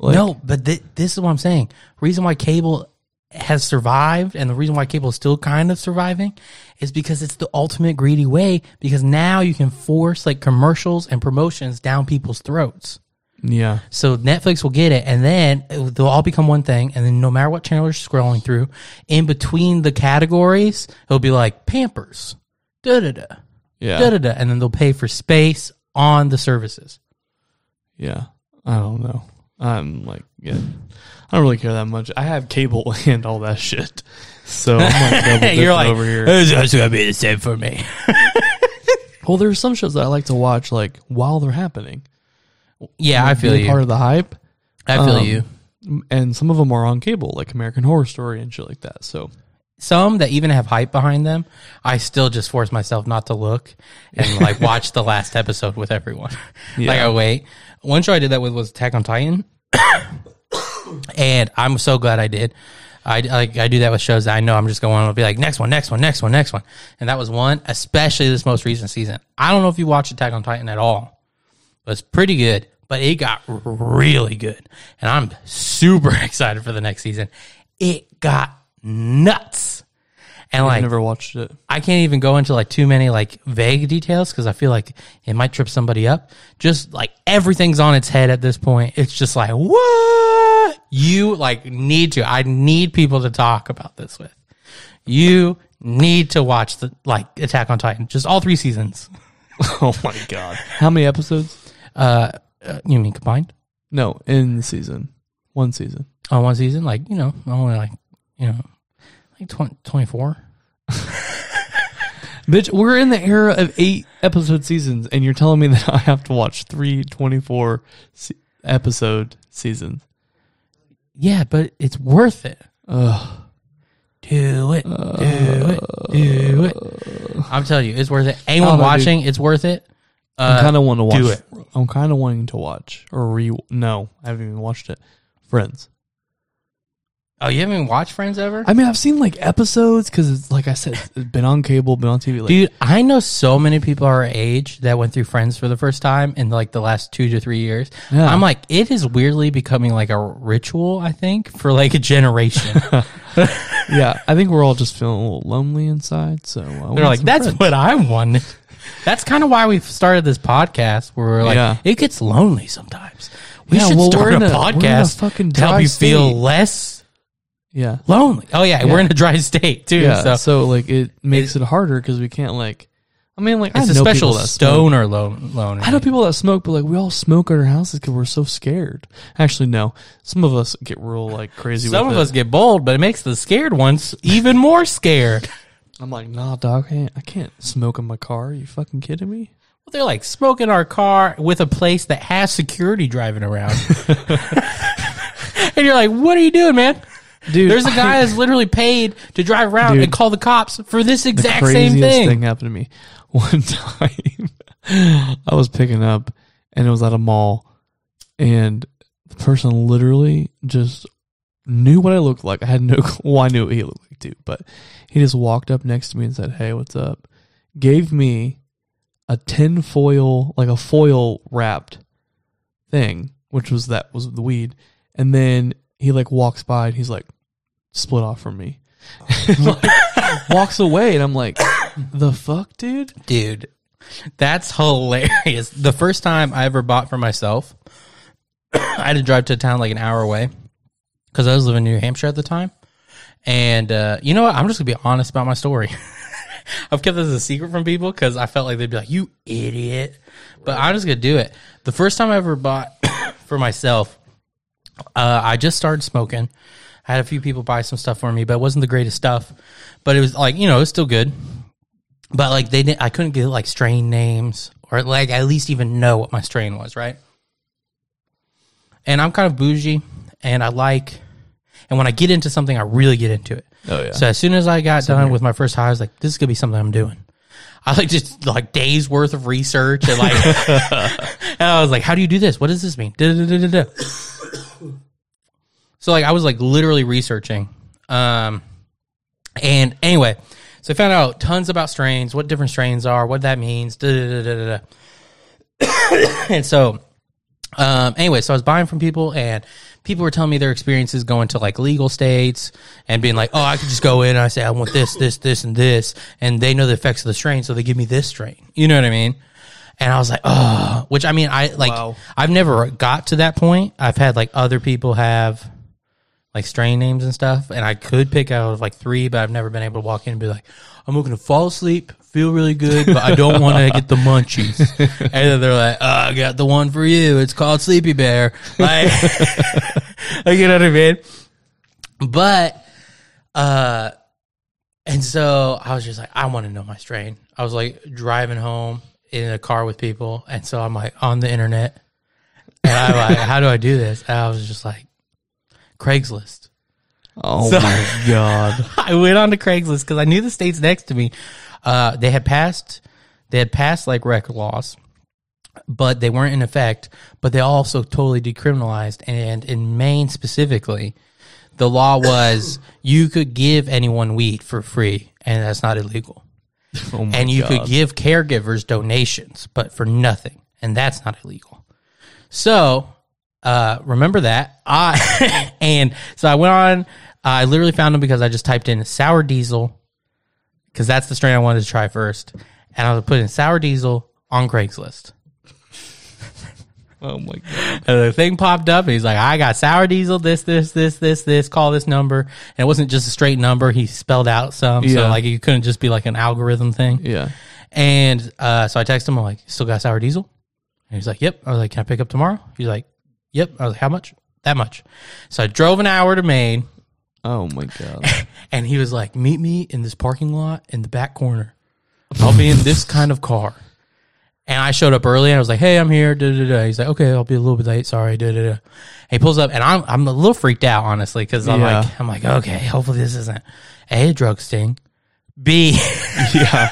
S3: Like,
S2: no, but th- this is what I'm saying. Reason why cable has survived, and the reason why cable is still kind of surviving, is because it's the ultimate greedy way. Because now you can force like commercials and promotions down people's throats.
S3: yeah,
S2: So Netflix will get it, and then it will- they'll all become one thing. And then no matter what channel you're scrolling through, in between the categories, it'll be like Pampers, da da da,
S3: yeah,
S2: da da da, and then they'll pay for space on the services.
S3: yeah. I don't know. I'm like, yeah, I don't really care that much. I have cable and all that shit, so I'm like double dipping
S2: you're like,
S3: over here.
S2: it's just gonna be the same for me.
S3: Well, there are some shows that I like to watch like while they're happening.
S2: Yeah, I feel
S3: Be a
S2: you.
S3: part of the hype,
S2: I feel
S3: um,
S2: you.
S3: and some of them are on cable, like American Horror Story and shit like that. So
S2: Some that even have hype behind them, I still just force myself not to look and like watch the last episode with everyone. Like I wait. One show I did that with was Attack on Titan, and I'm so glad I did. I like I do that with shows that I know I'm just going to be like next one, next one, next one, next one, and that was one. Especially this most recent season. I don't know if you watched Attack on Titan at all, but it's pretty good. But it got really good, and I'm super excited for the next season. It got nuts, and
S3: I
S2: like
S3: never watched it.
S2: I can't even go into like too many like vague details because I feel like it might trip somebody up. Just like everything's on its head at this point. It's just like what you like need to. I need people to talk about this with. You need to watch the like Attack on Titan, just all three seasons.
S3: Oh my god! How many episodes?
S2: Uh, uh, you mean combined
S3: No, in the season, one season.
S2: on one season? Like you know, only like you know, like 20, 24.
S3: Bitch, we're in the era of eight episode seasons, and you're telling me that I have to watch three 24 se- episode seasons.
S2: Yeah, but it's worth it.
S3: Ugh.
S2: Do it.
S3: Uh,
S2: Do it. Do it. Uh, I'm telling you, it's worth it.
S3: I
S2: Anyone
S3: don't know,
S2: watching, it's worth it.
S3: I
S2: Uh,
S3: kind of want to watch.
S2: do it.
S3: I'm kind of wanting to watch or re. No, I haven't even watched it. Friends.
S2: oh, you haven't even watched Friends ever?
S3: I mean, I've seen like episodes because it's like I said, it's been on cable, been on TV. Like,
S2: Dude, I know so many people our age that went through Friends for the first time in like the last two to three years.
S3: Yeah.
S2: I'm like, it is weirdly becoming like a ritual, I think, for like a generation.
S3: yeah, I think we're all just feeling a little lonely inside. So uh,
S2: They're like, that's what I wanted. That's kind of why we started this podcast where we're like,
S3: Yeah.
S2: it gets lonely sometimes. We
S3: Yeah,
S2: should
S3: well, we're
S2: start
S3: in
S2: a,
S3: a- we're in a
S2: podcast
S3: fucking
S2: to help
S3: dry
S2: you
S3: state.
S2: feel less
S3: yeah,
S2: lonely. Oh yeah, we're in a dry state too.
S3: yeah. So,
S2: so,
S3: like, it makes it, harder because we can't like. I mean, like,
S2: it's
S3: I
S2: a
S3: know
S2: special
S3: people that smoke.
S2: stoner lone loner.
S3: I know people that smoke, but like we all smoke at our houses because we're so scared. Actually, no. Some of us get real like crazy.
S2: Some
S3: with
S2: of
S3: it.
S2: us get bold, but it makes the scared ones even more scared.
S3: I'm like, nah, dog. I can't, I can't smoke in my car. Are you fucking kidding me?
S2: Well, they're like smoking our car with a place that has security driving around. and you're like, what are you doing, man?
S3: Dude,
S2: There's a guy that's literally paid to drive around
S3: Dude.
S2: and call the cops for this exact
S3: craziest
S2: same thing.
S3: happened to me one time. I was picking up, and it was at a mall, and the person literally just knew what I looked like. I had no clue. Well, I knew what he looked like too, but he just walked up next to me and said, "Hey, what's up?" Gave me a tin foil, like a foil wrapped thing, which was that was the weed, and then he like walks by and he's like, "Split off from me." walks away and I'm like, the fuck, dude?
S2: Dude, that's hilarious. The first time I ever bought for myself, I had to drive to a town like an hour away because I was living in New Hampshire at the time. And uh, you know what? I'm just going to be honest about my story. I've kept this as a secret from people because I felt like they'd be like, you idiot. But I'm just going to do it. The first time I ever bought for myself, uh, I just started smoking. I had a few people buy some stuff for me, but it wasn't the greatest stuff. But it was like, you know, it was still good but like they didn't i couldn't get like strain names or like at least even know what my strain was right and i'm kind of bougie and i like and when i get into something i really get into it
S3: Oh, yeah.
S2: So as soon as I got done with my first high, I was like, this is gonna be something I'm doing. I like just like days worth of research and like and I was like, how do you do this? What does this mean? Da-da-da-da-da. so like I was like literally researching. Um and anyway, so I found out tons about strains, what different strains are, what that means, da da da da da. da. and so, um, anyway, so I was buying from people, and people were telling me their experiences going to like legal states and being like, "Oh, I could just go in and I say I want this, this, this, and this," and they know the effects of the strain, so they give me this strain. You know what I mean? And I was like, "Oh," which I mean, I like,
S3: Wow.
S2: I've never got to that point. I've had like other people have like strain names and stuff, and I could pick out of like three, but I've never been able to walk in and be like, I'm looking to fall asleep, feel really good, but I don't want to get the munchies. And then they're like, oh, I got the one for you. It's called Sleepy Bear. Like, like you know what I mean? But, uh, and so I was just like, I want to know my strain. I was like driving home in a car with people, and so I'm like on the internet, and I'm like, how do I do this? And I was just like. Craigslist.
S3: Oh my god.
S2: I went on to Craigslist because I knew the states next to me. Uh, they had passed, they had passed like record laws, but they weren't in effect. But they also totally decriminalized, and in Maine specifically, the law was you could give anyone weed for free, and that's not illegal.
S3: Oh my
S2: And you
S3: God.
S2: could give caregivers donations, but for nothing, and that's not illegal. So uh, remember that. I and so I went on. I literally found them because I just typed in sour diesel because that's the strain I wanted to try first, and I was putting sour diesel on Craigslist.
S3: Oh my god.
S2: And the thing popped up, and he's like, "I got sour diesel. This, this, this, this, this. Call this number." And it wasn't just a straight number; he spelled out some, so
S3: Yeah.
S2: like you couldn't just be like an algorithm thing.
S3: Yeah.
S2: And uh, so I text him, I'm like, still got sour diesel? And he's like, yep. I was like, can I pick up tomorrow? He's like, yep. I was like, how much? That much. So I drove an hour to Maine,
S3: Oh my god.
S2: and he was like, meet me in this parking lot in the back corner. I'll be in this kind of car. And I showed up early, and I was like, hey, I'm here. Da, da, da. He's like, okay, I'll be a little bit late. Sorry. Da, da, da. He pulls up, and I'm, I'm a little freaked out, honestly, because I'm
S3: Yeah.
S2: like, I'm like, okay, hopefully this isn't A, a drug sting. B,
S3: yeah.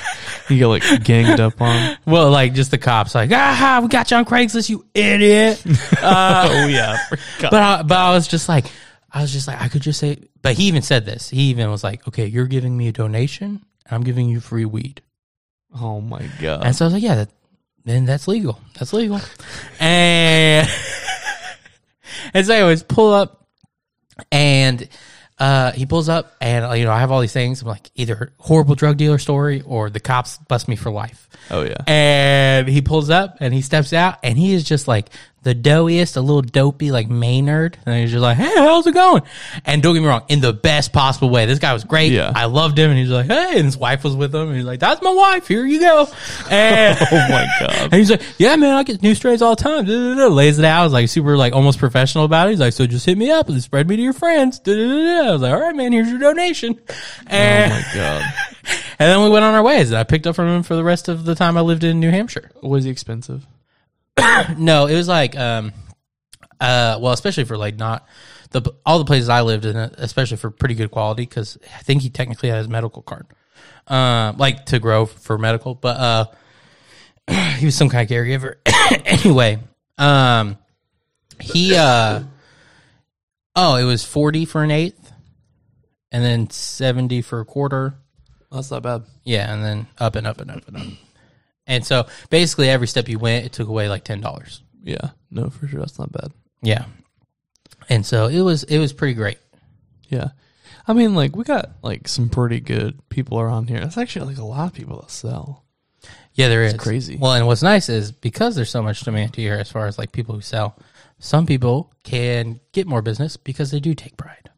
S3: You get like ganged up on.
S2: Well, like just the cops, like, ah, we got you on Craigslist, you idiot.
S3: oh yeah.
S2: but I, but I was just like, I was just like, I could just say. But he even said this. He even was like, okay, you're giving me a donation, and I'm giving you free weed.
S3: Oh my god.
S2: And so I was like, yeah, that, then that's legal. That's legal. and, and so anyways, pull up and uh, he pulls up and you know, I have all these things. I'm like either horrible drug dealer story or the cops bust me for life.
S3: Oh yeah.
S2: And he pulls up and he steps out and he is just like the doughiest, a little dopey, like Maynard. And he's just like, hey, how's it going? And don't get me wrong, in the best possible way. This guy was great.
S3: Yeah.
S2: I loved him. And he's like, hey, and his wife was with him. And he's like, that's my wife. Here you go. And,
S3: Oh my god.
S2: and he's like, yeah, man, I get new strains all the time. Da, da, da. Lays it out. I was like super, like almost professional about it. He's like, so just hit me up and spread me to your friends. Da, da, da, da. I was like, all right, man, here's your donation.
S3: Oh
S2: And,
S3: my god.
S2: and then we went on our ways. And I picked up from him for the rest of the time I lived in New Hampshire.
S3: Was he expensive?
S2: No, it was like, um, uh, well, especially for like not the all the places I lived in, uh, especially for pretty good quality because I think he technically had his medical card, um, like to grow for medical, but uh, he was some kind of caregiver anyway. Um, he uh, oh, it was forty for an eighth, and then seventy for a quarter.
S3: That's not bad.
S2: Yeah, and then up and up and up and up. And so basically, every step you went, it took away like ten dollars.
S3: Yeah. No, for sure. That's not bad.
S2: Yeah. And so it was it was pretty great.
S3: Yeah. I mean, like, we got like some pretty good people around here. That's actually like a lot of people that sell.
S2: Yeah, there is
S3: crazy.
S2: Well, and what's nice is because there's so much demand here as far as like people who sell, some people can get more business because they do take pride.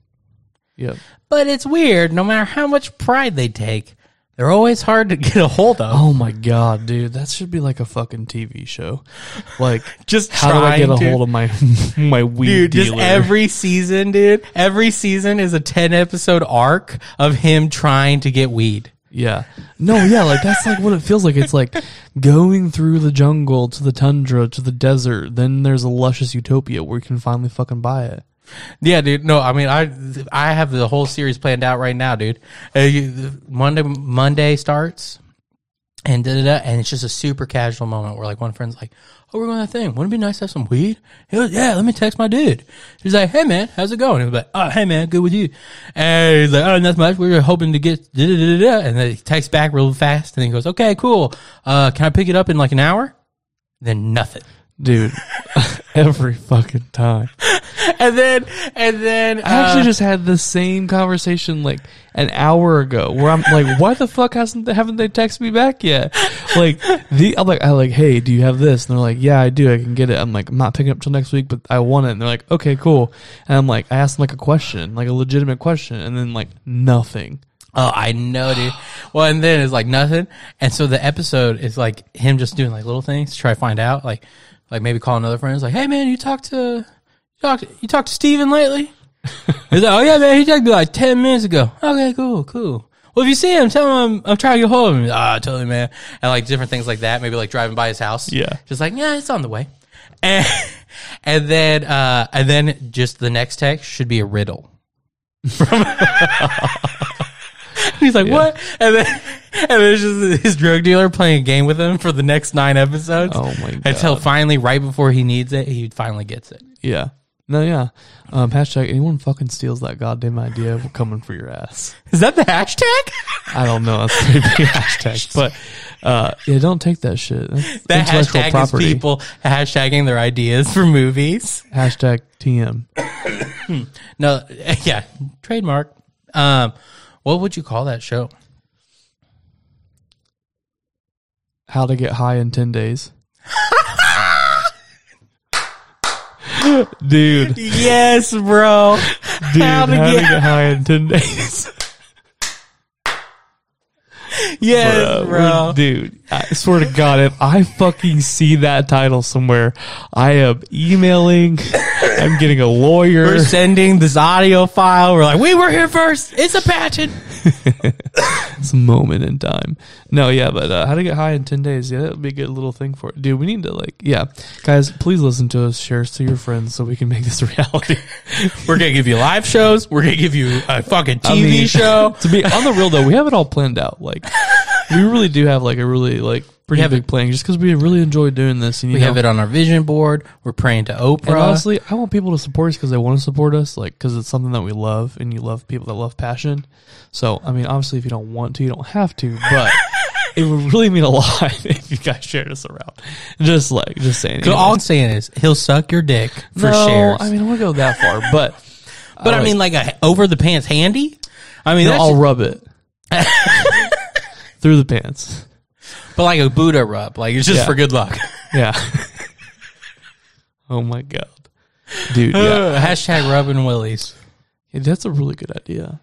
S3: Yep.
S2: But it's weird, no matter how much pride they take, they're always hard to get a hold of.
S3: Oh my god, dude, that should be like a fucking TV show. Like,
S2: Just
S3: how do I get a
S2: trying to-
S3: hold of my my weed
S2: Dude,
S3: dealer?
S2: just every season, dude. Every season is a ten episode arc of him trying to get weed.
S3: yeah, no, yeah, like that's like what it feels like. It's like going through the jungle to the tundra to the desert. Then there's a luscious utopia where you can finally fucking buy it.
S2: Yeah, dude. No, I mean, I I have the whole series planned out right now, dude. Uh, you- Monday Monday starts, and da da da, and it's just a super casual moment where like one friend's like, "Oh, we're going to that thing. Wouldn't it be nice to have some weed?" He goes, "Yeah, let me text my dude." He's like, "Hey man, how's it going?" He was like, "Oh, hey man, good with you." And he's like, "Oh, nothing much. We were hoping to get da da da da," and then he texts back real fast, and he goes, "Okay, cool. Uh, can I pick it up in like an hour?" Then nothing.
S3: dude. Every fucking time.
S2: And then and then
S3: I actually just had the same conversation like an hour ago where I'm like, why the fuck hasn't they, haven't they texted me back yet? Like the I'm like I like, hey, do you have this? And they're like, yeah, I do. I can get it. I'm like, I'm not picking it up till next week, but I want it. And they're like, okay, cool. And I'm like, I asked them like a question, like a legitimate question, and then like nothing.
S2: Oh, I know, dude. Well, and then it's like nothing. And so the episode is like him just doing like little things to try to find out, like, like maybe call another friend. It's like, hey man, you talked to, you talked, you talked to Steven lately? He's like, oh yeah, man, he talked to me like 10 minutes ago. Okay, cool, cool. Well, if you see him, tell him I'm, I'm trying to get hold of him. Ah, totally, man. And like different things like that. Maybe like driving by his house.
S3: Yeah.
S2: Just like, yeah, it's on the way. And, and then, uh, and then just the next text should be a riddle. He's like, what? And then, and then it's just his drug dealer playing a game with him for the next nine episodes.
S3: Oh my God.
S2: Until finally, right before he needs it, he finally gets it.
S3: Yeah. No, yeah. Um, hashtag anyone fucking steals that goddamn idea, we're coming for your ass.
S2: Is that the hashtag?
S3: I don't know. That's a pretty big hashtag, but uh, yeah, don't take that shit. That's
S2: That
S3: intellectual
S2: hashtag
S3: property.
S2: is people hashtagging their ideas for movies.
S3: Hashtag TM.
S2: No, yeah, trademark. Um, what would you call that show?
S3: How to get high in ten days. dude, dude,
S2: Yes, bro.
S3: how to,
S2: get-
S3: get-, high in ten days,
S2: Yes,
S3: Bro, we're- dude. I swear to God, if I fucking see that title somewhere, I am emailing. I'm getting a lawyer.
S2: We're sending this audio file. We're like, we were here first. It's a patent.
S3: this moment in time. No, yeah, but uh, how to get high in ten days? Yeah, that would be a good little thing for it, dude. We need to like, yeah, guys, please listen to us, share us to your friends, so we can make this a reality.
S2: We're gonna give you live shows. We're gonna give you a fucking TV
S3: I mean,
S2: show.
S3: to be on the real though, we have it all planned out. Like, we really do have like a really like pretty
S2: have
S3: big plan, just because we really enjoy doing this. And you
S2: We
S3: know,
S2: have it on our vision board. We're praying to Oprah.
S3: and honestly, I want people to support us because they want to support us, like because it's something that we love, and you love people that love passion. So, I mean, obviously, if you don't want to, you don't have to, but. It would really mean a lot if you guys shared us around. Just like, just saying.
S2: So all I'm saying is he'll suck your dick for
S3: no,
S2: shares.
S3: I mean, I won't go that far, but
S2: but I mean, like a over the pants handy. I
S3: you
S2: mean,
S3: know,
S2: that's
S3: I'll rub it through the pants.
S2: but like a Buddha rub. Like it's just
S3: Yeah.
S2: for good luck.
S3: Yeah. oh my god, dude. Yeah,
S2: Hashtag rubbing willies.
S3: Yeah, that's a really good idea.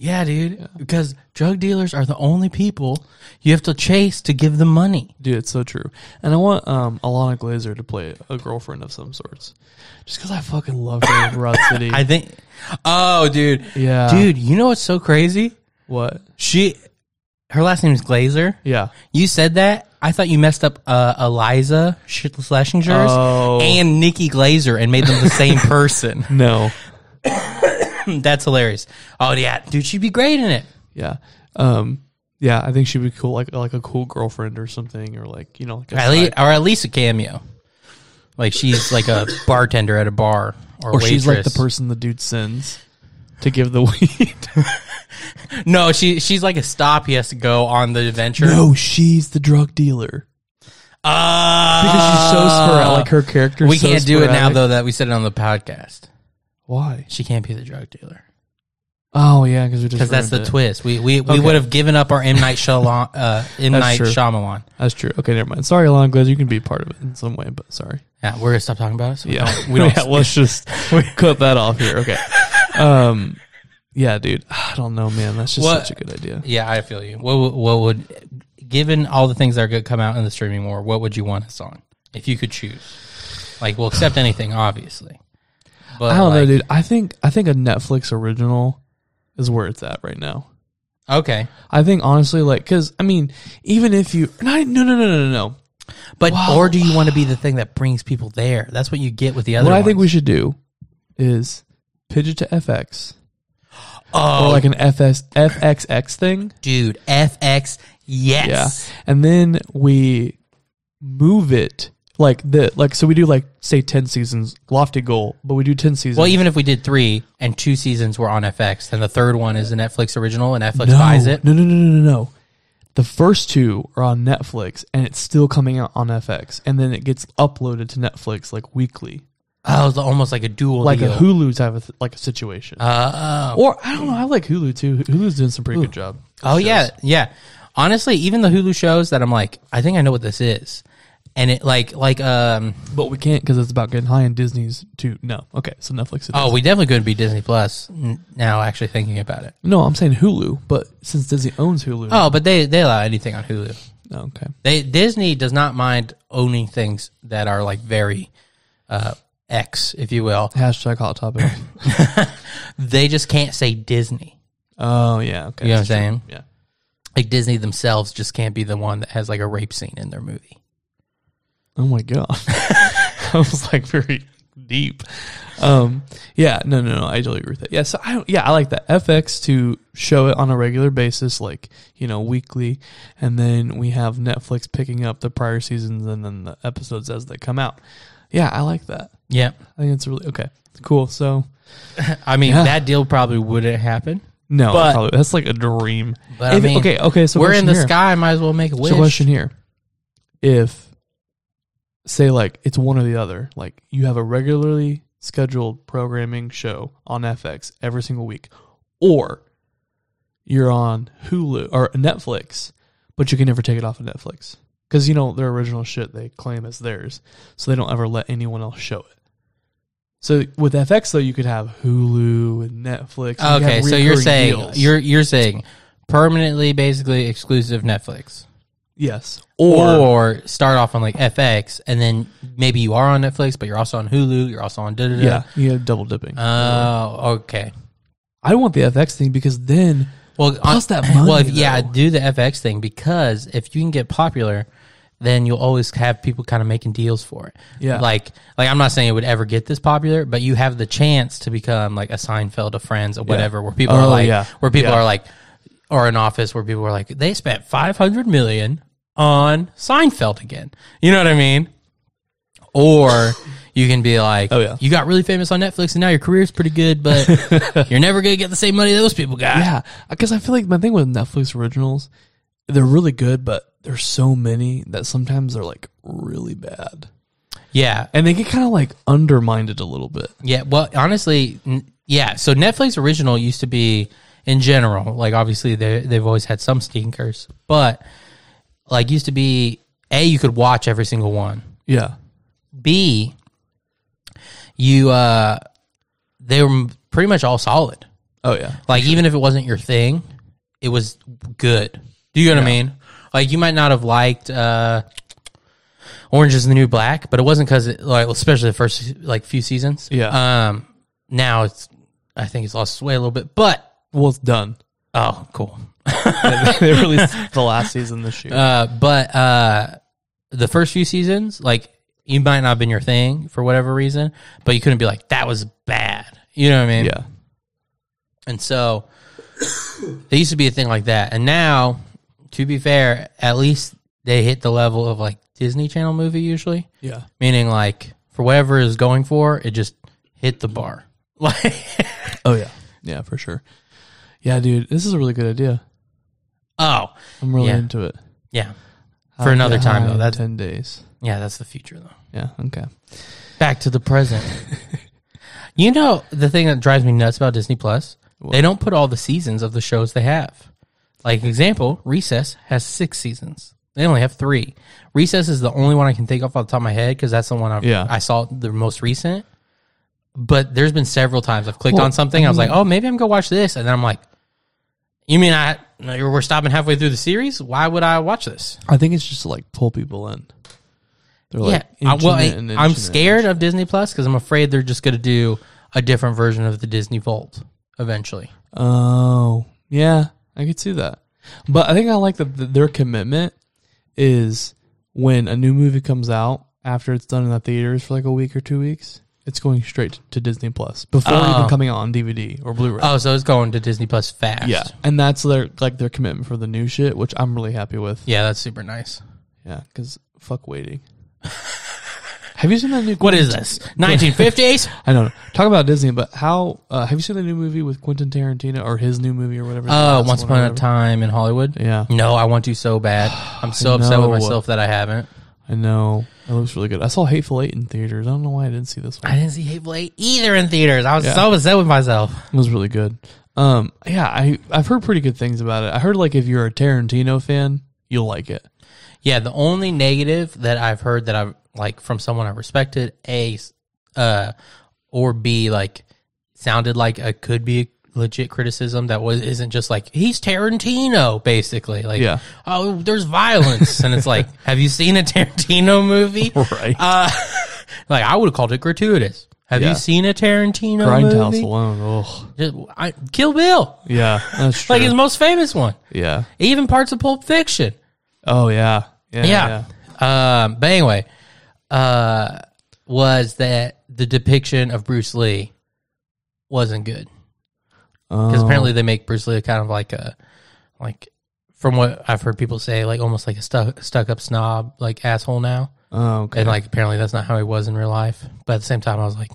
S2: Yeah, dude. Because drug dealers are the only people you have to chase to give them money.
S3: Dude, it's so true. And I want um, Alana Glazer to play a girlfriend of some sorts, just because I fucking love her in Rod City.
S2: I think. Oh, dude.
S3: Yeah.
S2: Dude, you know what's so crazy?
S3: what?
S2: She, her last name is Glazer.
S3: Yeah.
S2: You said that. I thought you messed up uh, Eliza Sch- Schlesinger's
S3: Oh.
S2: and Nikki Glazer and made them the same person.
S3: No.
S2: That's hilarious. Oh yeah, dude, she'd be great in it.
S3: Yeah. Um. Yeah, I think she'd be cool, like like a cool girlfriend or something, or like you know, like a
S2: At least, or at least a cameo. Like she's like a bartender at a bar, or,
S3: or she's like the
S2: person.
S3: person the dude sends to give the weed.
S2: No, she she's like a stop. He has to go on the adventure.
S3: no, she's the drug dealer
S2: Uh,
S3: because she's so sporadic. Like her character,
S2: we can't do it now though that we said it on the podcast.
S3: Why?
S2: She can't be the drug dealer.
S3: Oh yeah, because we just
S2: Because that's the
S3: ruined it.
S2: twist. We we, we would have given up our M Night Shyamalan. Uh, M
S3: That's
S2: Night
S3: true.
S2: Shyamalan.
S3: That's true. Okay, never mind. Sorry, Alana Glazer, you can be part of it in some way, but sorry.
S2: Yeah, we're gonna stop talking about it. So
S3: Yeah,
S2: we don't. We
S3: yeah,
S2: don't
S3: let's just cut that off here. Okay. Um. Yeah, dude. I don't know, man. That's just
S2: What-
S3: such a good idea.
S2: yeah, I feel you. What would- what would, given all the things that are going to come out in the streaming war, what would you want us on if you could choose? Like, we'll accept anything, obviously. But
S3: I don't know,
S2: like-
S3: dude. I think I think a Netflix original is where it's at right now.
S2: Okay,
S3: I think honestly, like, because I mean, even if you, not, e, no, no, no, no, no, no.
S2: but or do you want to be the thing that brings people there? That's what you get with the other.
S3: What I think
S2: ones.
S3: we should do is Pidget to FX.
S2: Oh,
S3: Or like an FS, FXX thing.
S2: dude, FX, yes.
S3: Yeah. And then we move it like the like so we do like say 10 seasons lofty goal, but we do 10 seasons.
S2: Well, even if we did three and two seasons were on FX, then the third one is a Netflix original and Netflix
S3: no,
S2: buys it.
S3: No, no, no, no, no, no. The first two are on Netflix and it's still coming out on FX and then it gets uploaded to Netflix like weekly.
S2: Oh, it's almost like a dual
S3: Like
S2: deal.
S3: a Hulu type of th- like a situation.
S2: Uh,
S3: or I don't know, I like Hulu too. Hulu's doing some pretty good job.
S2: oh yeah, yeah. Honestly, even the Hulu shows that I'm like, I think I know what this is, and it like like um
S3: But we can't because it's about getting high in Disney's too. No. Okay. So Netflix. It
S2: oh
S3: is.
S2: we definitely could be Disney Plus n- now. Actually thinking about it.
S3: No, I'm saying Hulu, but since Disney owns Hulu.
S2: Oh, but they they allow anything on Hulu.
S3: Oh, okay.
S2: They Disney does not mind owning things that are like very uh X, if you will.
S3: Hashtag hot topic.
S2: They just can't say Disney.
S3: oh, yeah. Okay.
S2: You know what I'm saying?
S3: Yeah.
S2: Like Disney themselves just can't be the one that has like a rape scene in their movie.
S3: Oh, my God. I was like very deep. Um, yeah. No, no, no. I totally agree with that. Yeah. So I don't, yeah, I like that. FX to show it on a regular basis, like, you know, weekly. And then we have Netflix picking up the prior seasons and then the episodes as they come out. Yeah. I like that.
S2: Yeah.
S3: I think it's really, okay. Cool. So,
S2: I mean
S3: Yeah.
S2: that deal probably wouldn't happen.
S3: No,
S2: But-
S3: probably, that's like a dream.
S2: But I
S3: If-
S2: mean,
S3: okay, okay. So
S2: We're in the
S3: here.
S2: sky, might as well make a wish.
S3: So question here: If say like it's one or the other, like you have a regularly scheduled programming show on FX every single week, or you're on Hulu or Netflix, but you can never take it off of Netflix because you know their original shit they claim as theirs, so they don't ever let anyone else show it. So with FX though, you could have Hulu and Netflix. and you
S2: okay,
S3: have
S2: so you're
S3: recurring
S2: saying
S3: deals.
S2: you're you're saying permanently basically exclusive Netflix.
S3: yes,
S2: Or, start off on like FX and then maybe you are on Netflix but you're also on Hulu, you're also on da da da.
S3: yeah, you have double dipping.
S2: Oh, okay.
S3: I want the FX thing because then
S2: Well, uh,
S3: Plus that money,
S2: Well, if, yeah,
S3: though.
S2: do the FX thing because if you can get popular, then you'll always have people kind of making deals for it.
S3: Yeah.
S2: like like I'm not saying it would ever get this popular, but you have the chance to become like a Seinfeld, a Friends, or whatever, where people are
S3: Oh,
S2: like,
S3: yeah.
S2: where people
S3: Yeah.
S2: are like, or an office where people are like, they spent 500 million on Seinfeld again. You know what I mean? Or you can be like,
S3: Oh, yeah.
S2: you got really famous on Netflix and now your career's pretty good, but you're never gonna get the same money those people got.
S3: yeah, because I feel like my thing with Netflix originals, they're really good, but there's so many that sometimes they're like really bad,
S2: yeah.
S3: and they get kind of like undermined a little bit.
S2: Yeah, well, honestly, n- yeah. So Netflix original used to be in general, like obviously they they've always had some stinkers, but like used to be a you could watch every single one.
S3: Yeah,
S2: B you uh they were m- pretty much all solid.
S3: oh yeah,
S2: Like even if it wasn't your thing, it was good. Do you know what I mean? Like you might not have liked uh Orange is the New Black, but it wasn't because it like especially the first like few seasons.
S3: Yeah.
S2: Um now it's I think it's lost its way a little bit, but
S3: well it's done.
S2: oh cool.
S3: they released the last season this year.
S2: Uh but uh the first few seasons, like you might not have been your thing for whatever reason, but you couldn't be like, that was bad. You know what I mean?
S3: yeah,
S2: And so there used to be a thing like that. And now, to be fair, at least they hit the level of like Disney Channel movie usually,
S3: yeah,
S2: meaning like for whatever is going for, it just hit the bar. Like
S3: oh yeah, yeah for sure. Yeah, dude, this is a really good idea.
S2: oh,
S3: I'm really
S2: Yeah.
S3: into it.
S2: yeah.
S3: I'll
S2: For another
S3: get
S2: time
S3: high
S2: though.
S3: in
S2: That's
S3: ten days.
S2: yeah, that's the future though.
S3: Yeah, okay.
S2: Back to the present. you know the thing that drives me nuts about Disney Plus? They don't put all the seasons of the shows they have. Like example, Recess has six seasons. They only have three. Recess is the only one I can think of off the top of my head because that's the one I've,
S3: Yeah.
S2: I saw the most recent. But there's been several times I've clicked
S3: Well,
S2: on something. I was like, oh, maybe I'm gonna watch this, and then I'm like, you mean I? no, you're- We're stopping halfway through the series. Why would I watch this?
S3: I think it's just to like pull people in. They're like,
S2: yeah, I, well, I,
S3: inching it and
S2: I'm
S3: inching it.
S2: scared of Disney Plus because I'm afraid they're just going to do a different version of the Disney Vault eventually.
S3: Oh, yeah, I could see that. But I think I like that th- their commitment is when a new movie comes out after it's done in the theaters for like a week or two weeks. It's going straight to Disney Plus before
S2: Oh.
S3: even coming out on DVD or Blu-ray.
S2: Oh, so it's going to Disney Plus fast.
S3: yeah, and that's their like their commitment for the new shit, which I'm really happy with.
S2: Yeah, that's super nice.
S3: Yeah, because fuck waiting. have you seen that new?
S2: What is this? 1950s?
S3: I don't know. Talk about Disney, but how uh, have you seen the new movie with Quentin Tarantino or his new movie or whatever? the
S2: Oh,
S3: last one
S2: Once
S3: or
S2: Upon a
S3: whatever?
S2: Time in Hollywood?
S3: Yeah.
S2: No, I want to so bad. I'm so upset with
S3: know.
S2: myself that I haven't.
S3: I know it looks really good. I saw Hateful Eight in theaters. I don't know why I didn't see this one.
S2: I didn't see Hateful Eight either in theaters. I was
S3: Yeah.
S2: so upset with myself.
S3: It was really good. Um, yeah, I I've heard pretty good things about it. I heard like if you're a Tarantino fan, you'll like it.
S2: Yeah, the only negative that I've heard that I've like from someone I respected, A, uh, or B, like sounded like a could be a legit criticism that was isn't just like he's Tarantino basically like
S3: Yeah.
S2: oh there's violence and it's like have you seen a Tarantino movie
S3: Right.
S2: uh, like I would have called it gratuitous have
S3: Yeah.
S2: you seen a Tarantino
S3: Grindhouse
S2: movie
S3: alone. Oh,
S2: Just- I, Kill Bill
S3: yeah, that's true.
S2: like his most famous one
S3: yeah.
S2: even parts of Pulp Fiction
S3: Oh yeah. Yeah.
S2: yeah. Um, but anyway, uh, was that the depiction of Bruce Lee wasn't good because
S3: Um,
S2: apparently they make Bruce Lee kind of like a like from what I've heard people say like almost like a stuck stuck up snob like asshole now
S3: oh, okay.
S2: and like apparently that's not how he was in real life but at the same time I was like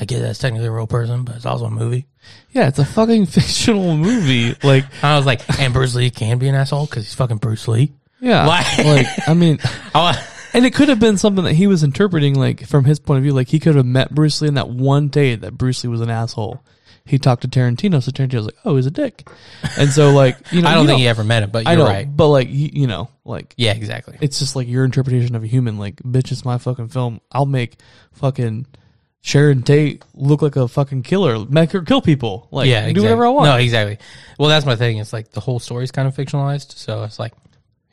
S2: I get that's technically a real person but it's also a movie
S3: yeah, it's a fucking fictional movie. Like,
S2: I was like and Bruce Lee can be an asshole because he's fucking Bruce Lee
S3: yeah.
S2: Why?
S3: Like, Oh, I mean.
S2: I wa-
S3: And it could have been something that he was interpreting, like from his point of view. Like he could have met Bruce Lee in that one day that Bruce Lee was an asshole. He talked to Tarantino, so Tarantino's like, "Oh, he's a dick," and so like you know,
S2: I don't
S3: you
S2: think he ever met him but you're
S3: I know,
S2: right
S3: but like you, you know, like
S2: yeah exactly
S3: it's just like your interpretation of a human. Like, bitch, it's my fucking film. I'll make fucking Sharon Tate look like a fucking killer, make her kill people. Like,
S2: yeah,
S3: do whatever I
S2: exactly.
S3: want.
S2: No, exactly. Well, that's my thing. It's like the whole story's kind of fictionalized, so it's like,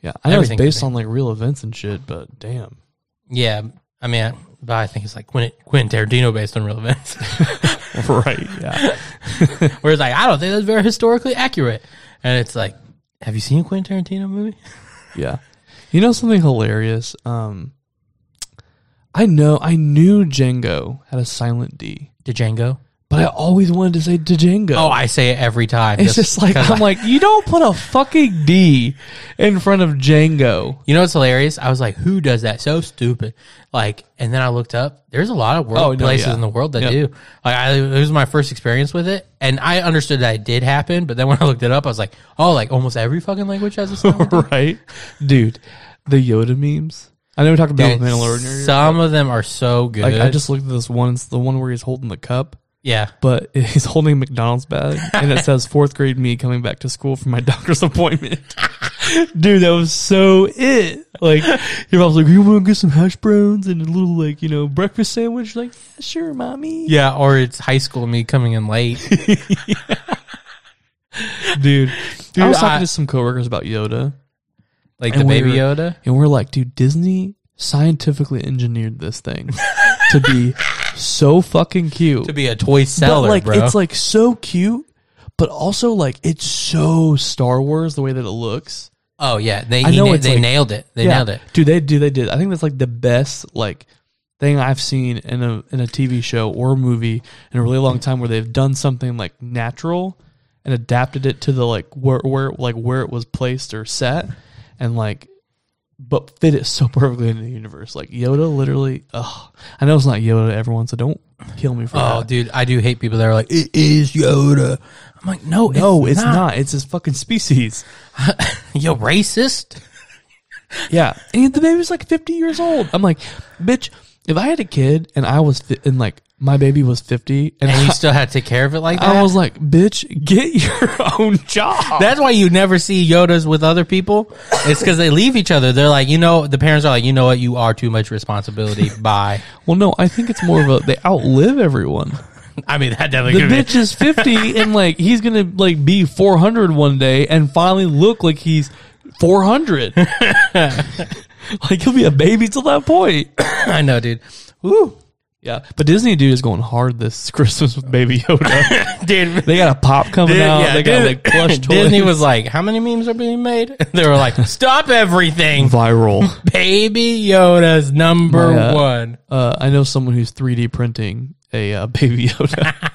S3: yeah, I know it's
S2: everything could
S3: based
S2: be.
S3: on like real events and shit, but damn.
S2: yeah. I mean, I- but I think it's like Quentin, Quentin Tarantino based on real events.
S3: Right. Yeah.
S2: Whereas, like, I don't think that's very historically accurate. And it's like, have you seen a Quentin Tarantino movie?
S3: Yeah. You know something hilarious? Um I know I knew Django had a silent D,
S2: Django.
S3: but I always wanted to say Django.
S2: Oh, I say it every time.
S3: it's just like
S2: 'cause
S3: I'm like, you don't put a fucking D in front of Django.
S2: you know, what's hilarious. I was like, who does that? So stupid. Like, and then I looked up. There's a lot of world
S3: Oh, no,
S2: places
S3: yeah.
S2: in the world that
S3: Yep.
S2: do. Like, I, it was my first experience with it, and I understood that it did happen. But then when I looked it up, I was like, oh, like almost every fucking language has a sound.
S3: right? Dude, the Yoda memes. I know we talked about
S2: Dude,
S3: the Mandalorian.
S2: some of them are so good.
S3: like I just looked at this one, it's the one where he's holding the cup,
S2: yeah,
S3: but he's holding a McDonald's bag and it says fourth grade me coming back to school for my doctor's appointment. Dude, that was so it. Like your mom's like, You wanna get some hash browns and a little like, you know, breakfast sandwich? Like, yeah, sure, mommy.
S2: yeah. Or it's high school me coming in late.
S3: Dude. I was talking
S2: I-
S3: to some coworkers about Yoda
S2: Like
S3: And
S2: the
S3: we
S2: baby
S3: were-
S2: Yoda.
S3: and we're like, dude, Disney scientifically engineered this thing to be so fucking cute.
S2: To be a toy
S3: but
S2: seller,
S3: like
S2: bro.
S3: it's like so cute, but also like it's so Star Wars the way that it looks.
S2: oh yeah, they
S3: I
S2: he
S3: know
S2: na-
S3: it's
S2: they
S3: like-
S2: nailed it. They nailed it.
S3: Dude, they do. They did. I think that's like the best like thing I've seen in a in a TV show or a movie in a really long time where they've done something like natural and adapted it to the like where where like where it was placed or set and like but fit it so perfectly into the universe. Like Yoda literally ugh. I know it's not Yoda everyone, so don't kill me for
S2: Oh,
S3: that.
S2: dude, I do hate people that are like, it is Yoda. I'm like, no,
S3: No, it's not. It's his fucking species.
S2: You're racist.
S3: Yeah, and the baby's like fifty years old. I'm like, bitch, if I had a kid and I was fi- and like my baby was fifty, and,
S2: And
S3: I,
S2: you still had to take care of it like that.
S3: I was like, bitch, get your own job.
S2: That's why you never see Yodas with other people. It's because they leave each other. They're like, you know, the parents are like, you know what, you are too much responsibility. Bye.
S3: well, no, I think it's more of a they outlive everyone.
S2: I mean, that
S3: The
S2: definitely could be-
S3: bitch is fifty, and like he's gonna like be four hundred one day, and finally look like he's four hundred. like he'll be a baby till that point.
S2: I know, dude. Woo.
S3: Yeah, but Disney dude is going hard this Christmas with Baby Yoda.
S2: Dude,
S3: they got a pop coming out. they got
S2: Dis-
S3: like plush toys.
S2: Disney was like, "How many memes are being made?" They were like, "Stop everything,
S3: viral.
S2: Baby Yoda's number
S3: Yeah.
S2: one."
S3: Uh, I know someone who's 3D printing a uh, baby Yoda.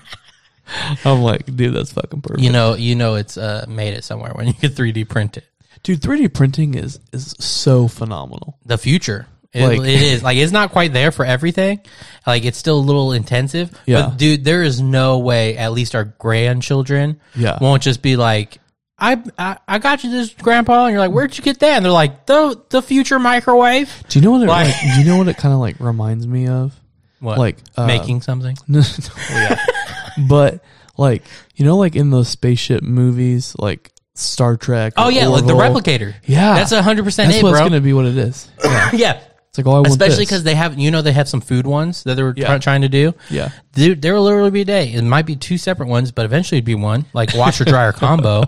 S3: I'm like, dude, that's fucking perfect.
S2: You know, you know, it's uh, made it somewhere when you can 3D print it.
S3: dude, 3D printing is is so phenomenal.
S2: The future, It-
S3: Like-
S2: it is like it's not quite there for everything. Like it's still a little intensive.
S3: Yeah.
S2: But dude, there is no way. At least our grandchildren,
S3: Yeah.
S2: won't just be like. I, I I got you this grandpa and you're like where'd you get that and they're like the the future microwave
S3: Do you know what? It,
S2: Like-
S3: like, do you know what it kind of like reminds me of?
S2: what
S3: Like, uh,
S2: making something
S3: No, no, Oh, yeah. but like you know, like in those spaceship movies, like Star Trek.
S2: oh
S3: or
S2: yeah like the
S3: Orville,
S2: replicator
S3: Yeah,
S2: that's a hundred percent
S3: That's
S2: it
S3: what's
S2: bro
S3: gonna be what it is. Yeah.
S2: yeah
S3: It's like oh, I want
S2: especially
S3: this.
S2: because they have you know they have some food ones that they were try-
S3: Yeah.
S2: trying to do
S3: yeah,
S2: Dude, there will literally be a day. It might be two separate ones, but eventually it'd be one, like washer dryer combo.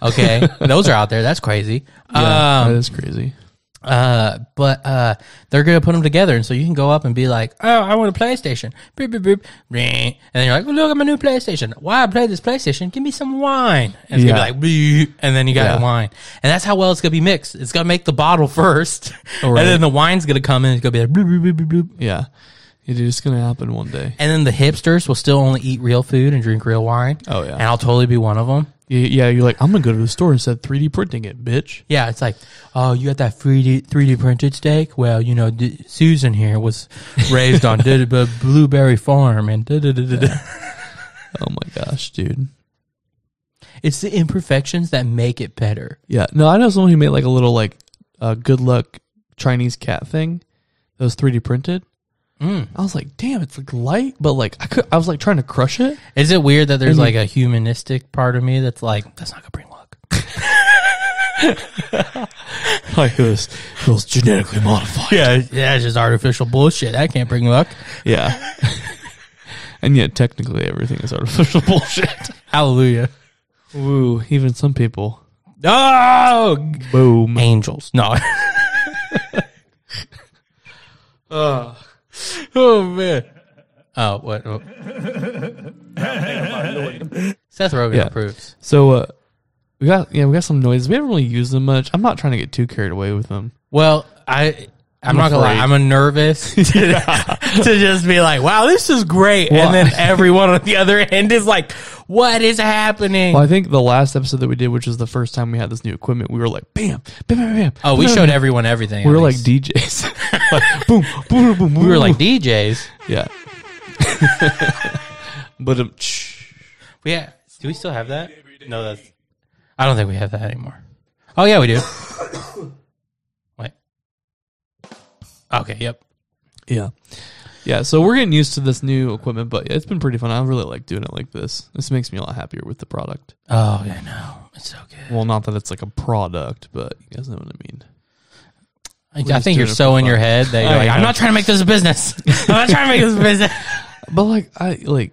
S2: Okay, those are out there. That's crazy.
S3: yeah
S2: Um,
S3: that is crazy.
S2: uh, but uh, they're gonna put them together, and so you can go up and be like, "Oh, I want a PlayStation." Boop, boop, boop. Meh. And then you're like, "Look, I'm a new PlayStation. Why I play this PlayStation? Give me some wine." And it's
S3: Yeah.
S2: gonna be like, "Bleep," and then you got
S3: Yeah.
S2: wine, and that's how well it's gonna be mixed. It's gonna make the bottle first,
S3: right.
S2: and then the wine's gonna come in. It's gonna be like, "Bloop, bloop, bloop, bloop, bloop."
S3: Yeah, it is gonna happen one day.
S2: And then the hipsters will still only eat real food and drink real wine.
S3: Oh, yeah.
S2: And I'll totally be one of them.
S3: Y- Yeah, you're like I'm gonna go to the store and said 3D printing it, bitch.
S2: Yeah, it's like, oh, you got that 3D, 3D printed steak? Well, you know, d- Susan here was raised on d- b- Blueberry Farm and da da da da da.
S3: Oh my gosh, dude.
S2: It's the imperfections that make it better.
S3: Yeah, no, I know someone who made like a little like uh, good luck Chinese cat thing that was 3D printed.
S2: Mm.
S3: I was like, damn, it's like light, but like I could, I was like trying to crush it.
S2: Is it weird that there's
S3: Mhm.
S2: like a humanistic part of me that's like, that's not going to bring luck?
S3: Like it was, it was genetically modified.
S2: Yeah, yeah, it's just artificial bullshit. That can't bring luck.
S3: Yeah. and yet, technically, everything is artificial bullshit.
S2: Hallelujah.
S3: Ooh, even some people.
S2: Oh,
S3: Boom.
S2: angels. No.
S3: Uh.
S2: oh man. Oh what? what- Seth Rogen
S3: Yeah.
S2: approves.
S3: So, uh, we got yeah, we got some noises. We haven't really used them much. I'm not trying to get too carried away with them.
S2: Well, I. I'm, not gonna lie.
S3: afraid.
S2: I'm a nervous to, to just be like, "Wow, this is great,"
S3: Well,
S2: and then everyone on the other end is like, "What is happening?"
S3: Well, I think the last episode that we did, which was the first time we had this new equipment, we were like, bam, bam, bam, bam.
S2: oh, we
S3: bam,
S2: showed
S3: bam.
S2: everyone everything.
S3: We
S2: at
S3: were like
S2: least.
S3: DJs. like, boom, boom, boom, boom.
S2: we were like DJs.
S3: yeah. but um,
S2: We ha- do we still have that? No, that's. I don't think we have that anymore. Oh yeah, we do. Wait. Okay. Yep.
S3: Yeah. Yeah, so we're getting used to this new equipment, but it's been pretty fun. I really like doing it like this. This makes me a lot happier with the product.
S2: Oh yeah, no, it's so good.
S3: Well, not that it's like a product, but you guys know what I mean.
S2: I, I
S3: just
S2: think
S3: do
S2: you're
S3: it
S2: so
S3: for
S2: in your
S3: fun. Oh,
S2: head that you're
S3: I
S2: like, I'm
S3: know.
S2: not trying to make this a business. I'm not trying to make this a business.
S3: But like I like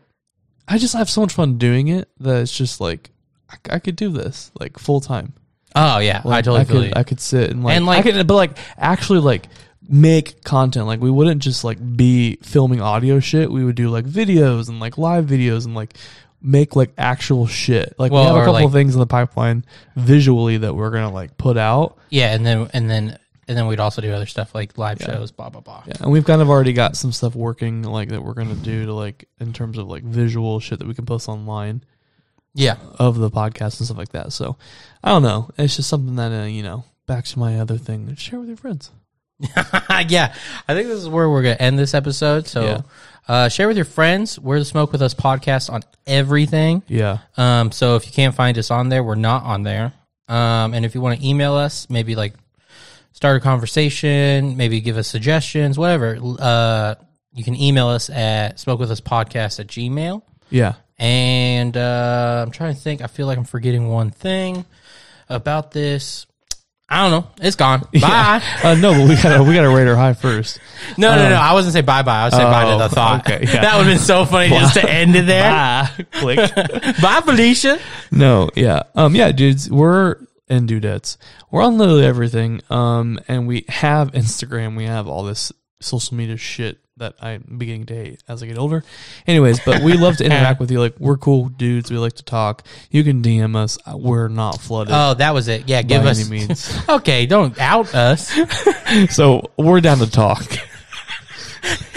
S3: I just have so much fun doing it that it's just like I, I could do this like full time.
S2: Oh yeah, I
S3: Like,
S2: totally feel
S3: could,
S2: you.
S3: I could sit and like,
S2: And,
S3: and
S2: like-
S3: like I could, but like actually like make content. Like we wouldn't just like be filming audio shit. We would do like videos and like live videos and like make like actual shit. Like
S2: Well,
S3: we have a
S2: or,
S3: couple
S2: like-
S3: things in the pipeline visually that we're gonna like put out.
S2: yeah, and then and then and then we'd also do other stuff like live shows, blah blah blah.
S3: And we've kind of already got some stuff working like that we're gonna do to like in terms of like visual shit that we can post online
S2: Yeah.
S3: of the podcast and stuff like that. So I don't know. It's just something that uh, you know. Back to my other thing. Share with your friends.
S2: yeah, I think this is where we're going to end this episode. So
S3: Yeah.
S2: uh, share with your friends. We're the Smoke With Us podcast on everything.
S3: Yeah.
S2: Um, so if you can't find us on there, we're not on there. Um, and if you want to email us, maybe like start a conversation, maybe give us suggestions, whatever, uh, you can email us at smokewithuspodcast at gmail.
S3: Yeah.
S2: And uh, I'm trying to think. I feel like I'm forgetting one thing about this. I don't know. It's gone. Bye.
S3: Uh, no, but we gotta we gotta rate her high first.
S2: No, no, no. I wasn't say bye bye. I was saying bye to
S3: Oh,
S2: the thought.
S3: okay, yeah.
S2: That would have been so funny just to end it there.
S3: Click.
S2: Bye, Felicia.
S3: no, yeah, um, yeah, dudes, we're and dudettes, we're on literally everything. Um, and we have Instagram. We have all this social media shit that I'm beginning to hate as I get older. Anyways, but we love to interact with you. Like we're cool dudes. We like to talk. You can DM us. We're not flooded.
S2: Oh, that was it. Yeah, give
S3: by
S2: us.
S3: any means.
S2: Okay, don't out us.
S3: so we're down to talk.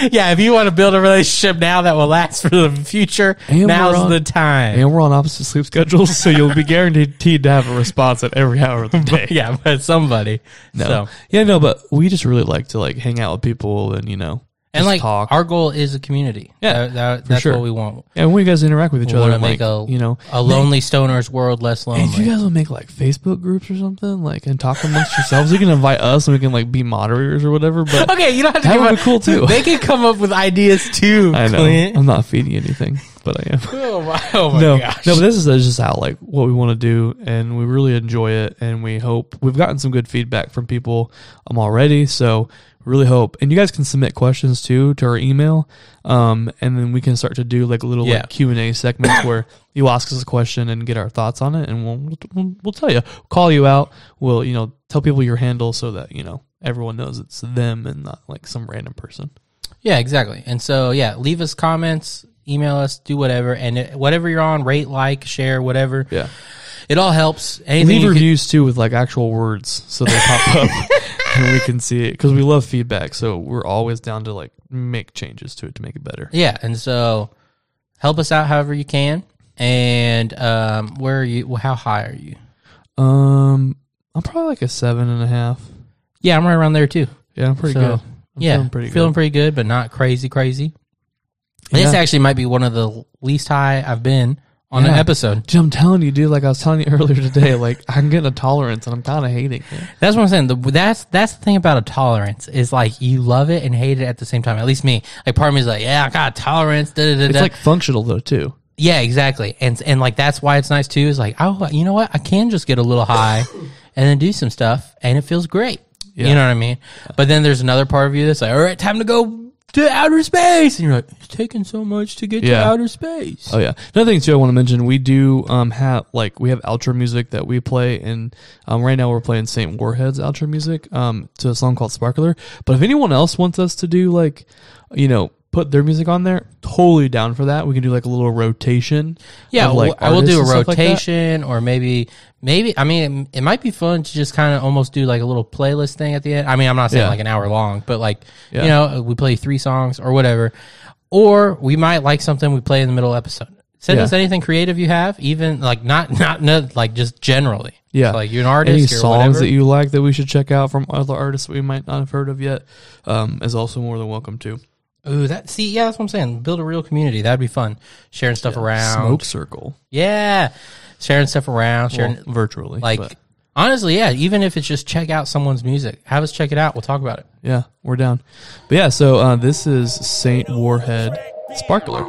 S2: yeah, if you want to build a relationship now that will last for the future,
S3: And
S2: now's
S3: we're on-
S2: the time.
S3: And we're on opposite sleep schedules, so you'll be guaranteed to have a response at every hour of the day.
S2: yeah, but somebody.
S3: No.
S2: So.
S3: Yeah, no, but we just really like to like hang out with people and you know
S2: And
S3: just
S2: like
S3: talk.
S2: our goal is a community.
S3: Yeah,
S2: That- that- that's
S3: sure.
S2: what we want.
S3: yeah, when you guys interact with each
S2: We
S3: other,
S2: want to
S3: and,
S2: make
S3: like,
S2: a
S3: you know,
S2: a lonely stoner's world less
S3: And if you
S2: lonely.
S3: guys will make like Facebook groups or something, like and talk amongst yourselves, you can invite us and we can like be moderators or whatever. But
S2: Okay, you don't have to
S3: That
S2: give
S3: would
S2: up-
S3: be cool, too.
S2: They can come up with ideas too.
S3: I know
S2: Clint.
S3: I'm not feeding you anything, but I am.
S2: Oh my, oh my
S3: no,
S2: gosh.
S3: no, but this is this is just how like what we want to do, and we really enjoy it, and we hope we've gotten some good feedback from people um, already. So really hope, and you guys can submit questions too to our email, um, and then we can start to do like little
S2: Yeah.
S3: like Q and A segments where you ask us a question and get our thoughts on it, and we'll we'll, we'll tell you, call you out, we'll you know tell people your handle so that you know everyone knows it's them and not like some random person.
S2: Yeah, exactly. And so, yeah, leave us comments, email us, do whatever, and it, whatever you're on, rate, like, share, whatever.
S3: Yeah.
S2: It all helps. Anything
S3: leave
S2: you can,
S3: reviews too with like actual words so they pop up and we can see it because we love feedback so we're always down to like make changes to it to make it better
S2: yeah, and so help us out however you can. And um, where are you? Well, how high are you?
S3: um i'm probably like a seven and a half
S2: Yeah, I'm right around there too.
S3: yeah i'm pretty
S2: So,
S3: good I'm
S2: yeah,
S3: feeling pretty
S2: feeling
S3: good
S2: pretty good, but not crazy, crazy. This
S3: Yeah.
S2: actually might be one of the least high I've been on an
S3: Yeah.
S2: episode.
S3: Dude, i'm telling you dude like i was telling you earlier today like i'm getting a tolerance and i'm kind of hating it
S2: That's what I'm saying. The, that's that's the thing about a tolerance is like you love it and hate it at the same time. At least me, like part of me is like, yeah, I got a tolerance. Da, da, da,
S3: it's
S2: da.
S3: like functional though too
S2: yeah, exactly. And and like that's why it's nice too. Is like, oh, you know what? I can just get a little high and then do some stuff, and it feels great.
S3: Yeah.
S2: You know what I mean? But then there's another part of you that's like, all right, time to go to outer space, and you're like, it's taking so much to get to
S3: Yeah.
S2: outer space.
S3: Oh yeah. Another thing too, I want to mention, we do um have like we have outro music that we play, and um, right now we're playing Saint Warhead's outro music um to a song called Sparkler. But if anyone else wants us to do like, you know, put their music on there, totally down for that. We can do like a little rotation.
S2: Yeah,
S3: of, like,
S2: w- I will do a
S3: artists and stuff like that.
S2: rotation, or maybe, maybe. I mean, it, it might be fun to just kind of almost do like a little playlist thing at the end. I mean, I'm not saying
S3: Yeah.
S2: like an hour long, but like
S3: Yeah.
S2: you know, uh, we play three songs or whatever, or we might like something we play in the middle episode. Send
S3: Yeah.
S2: us anything creative you have, even like not not not like just generally.
S3: Yeah,
S2: So, like you're an artist,
S3: Any
S2: or
S3: songs
S2: whatever.
S3: that you like that we should check out from other artists we might not have heard of yet, um, is also more than welcome to.
S2: Ooh, that see, yeah, that's what I'm saying. Build a real community. That'd be fun. Sharing stuff around.
S3: Smoke Circle,
S2: Yeah, sharing stuff around. Sharing
S3: well, virtually,
S2: Like
S3: but,
S2: honestly, yeah. Even if it's just check out someone's music, have us check it out. We'll talk about it.
S3: Yeah, we're down. But yeah, so uh, this is Saint Warhead Sparkler.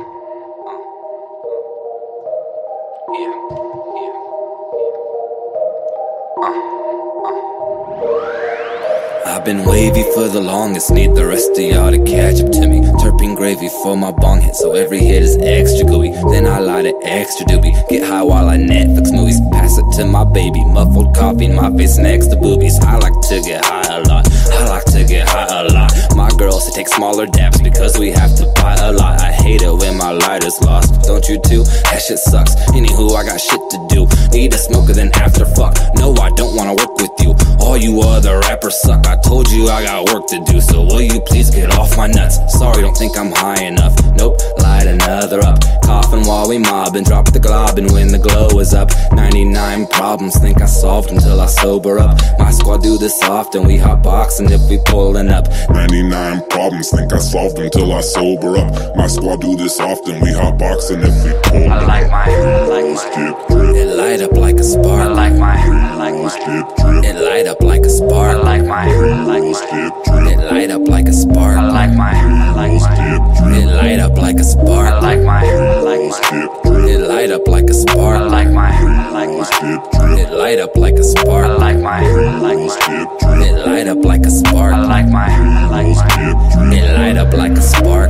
S4: I've been wavy for the longest, need the rest of y'all to catch up to me. Turpin gravy for my bong hit, so every hit is extra gooey. Then I light it extra doobie, get high while I Netflix movies. Pass it to my baby, muffled coffee, my face next to boobies. I like to get high a lot, I like to get high a lot. My girls, they take smaller dabs because we have to buy a lot. I hate it when my lighter's lost, don't you too? That shit sucks. Anywho, I got shit to do. Need a smoker, then after fuck. No, I don't wanna work with you. All you other rappers suck. I told you I got work to do, so will you please get off my nuts? Sorry, don't think I'm high enough. Nope, light another up. Coughing while we mobbing, drop the glob, and when the glow is up, 99 problems think I solved until I sober up. My squad do this often, we hot boxing if we pulling up.
S1: 99 problems, think I solved them till I sober up. My squad do this often, we hot boxing if we pull.
S4: I like my hair, I like
S1: Let's
S4: my
S1: get drip,
S4: It light up like a spark. I like my hair, I like
S1: let's get drip,
S4: It light up like a spark. I like my hair, I like
S1: let's get drip,
S4: It light up like a spark. I like my hair, I like
S1: let's get drip,
S4: It light up like a spark. I like my hair, I like
S1: let's get drip,
S4: It light up like a spark. I like my hair, I like
S1: let's get drip,
S4: It light up like a spark. I like my hair, I like
S1: let's get drip,
S4: It light up like a spark. I like my hair, I like
S1: let's get drip.
S4: It light up like a spark.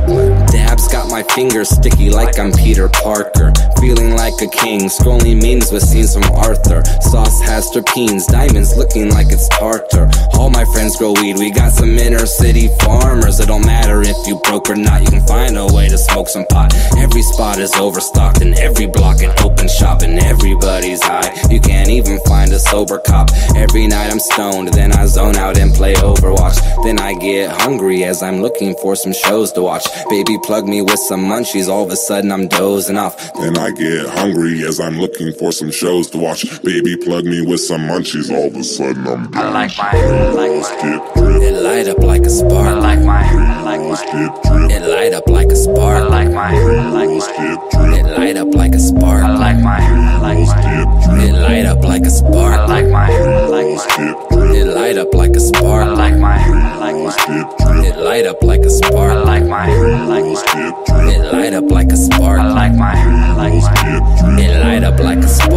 S4: Dabs got my fingers sticky like I'm Peter Parker. Feeling like a king, scrolling memes with scenes from Arthur. Sauce has terpenes, diamonds looking like it's tartar. All my friends grow weed, we got some inner city farmers. It don't matter if you broke or not, you can find a way to smoke some pot. Every spot is overstocked, and every block an open shop, and everybody's high. You can't even find a sober cop. Every night I'm stoned, then I zone out and play Overwatch. Then I get hungry as I'm looking for some shows to watch. Baby, plug me with some munchies. All of a sudden I'm dozing off.
S1: Then I get hungry as I'm looking for some shows to watch. Baby, plug me with some munchies. All of a sudden I'm down.
S4: like my- I like
S1: Girls
S4: my-
S1: get drip.
S4: It light up like a spark. I like my,
S1: Girls get drip.
S4: It light up like a spark. I like my,
S1: Girls get drip.
S4: It light up like a spark. I like my,
S1: Girls get
S4: It
S1: drip.
S4: light up like a spark. I like my,
S1: Girls get drip.
S4: It light up like a spark. I like my,
S1: Girls get drip.
S4: It light up like a spark. I like my,
S1: Girls get drip.
S4: It light up like a spark. I like my,
S1: Girls get drip.
S4: It light up like a spark.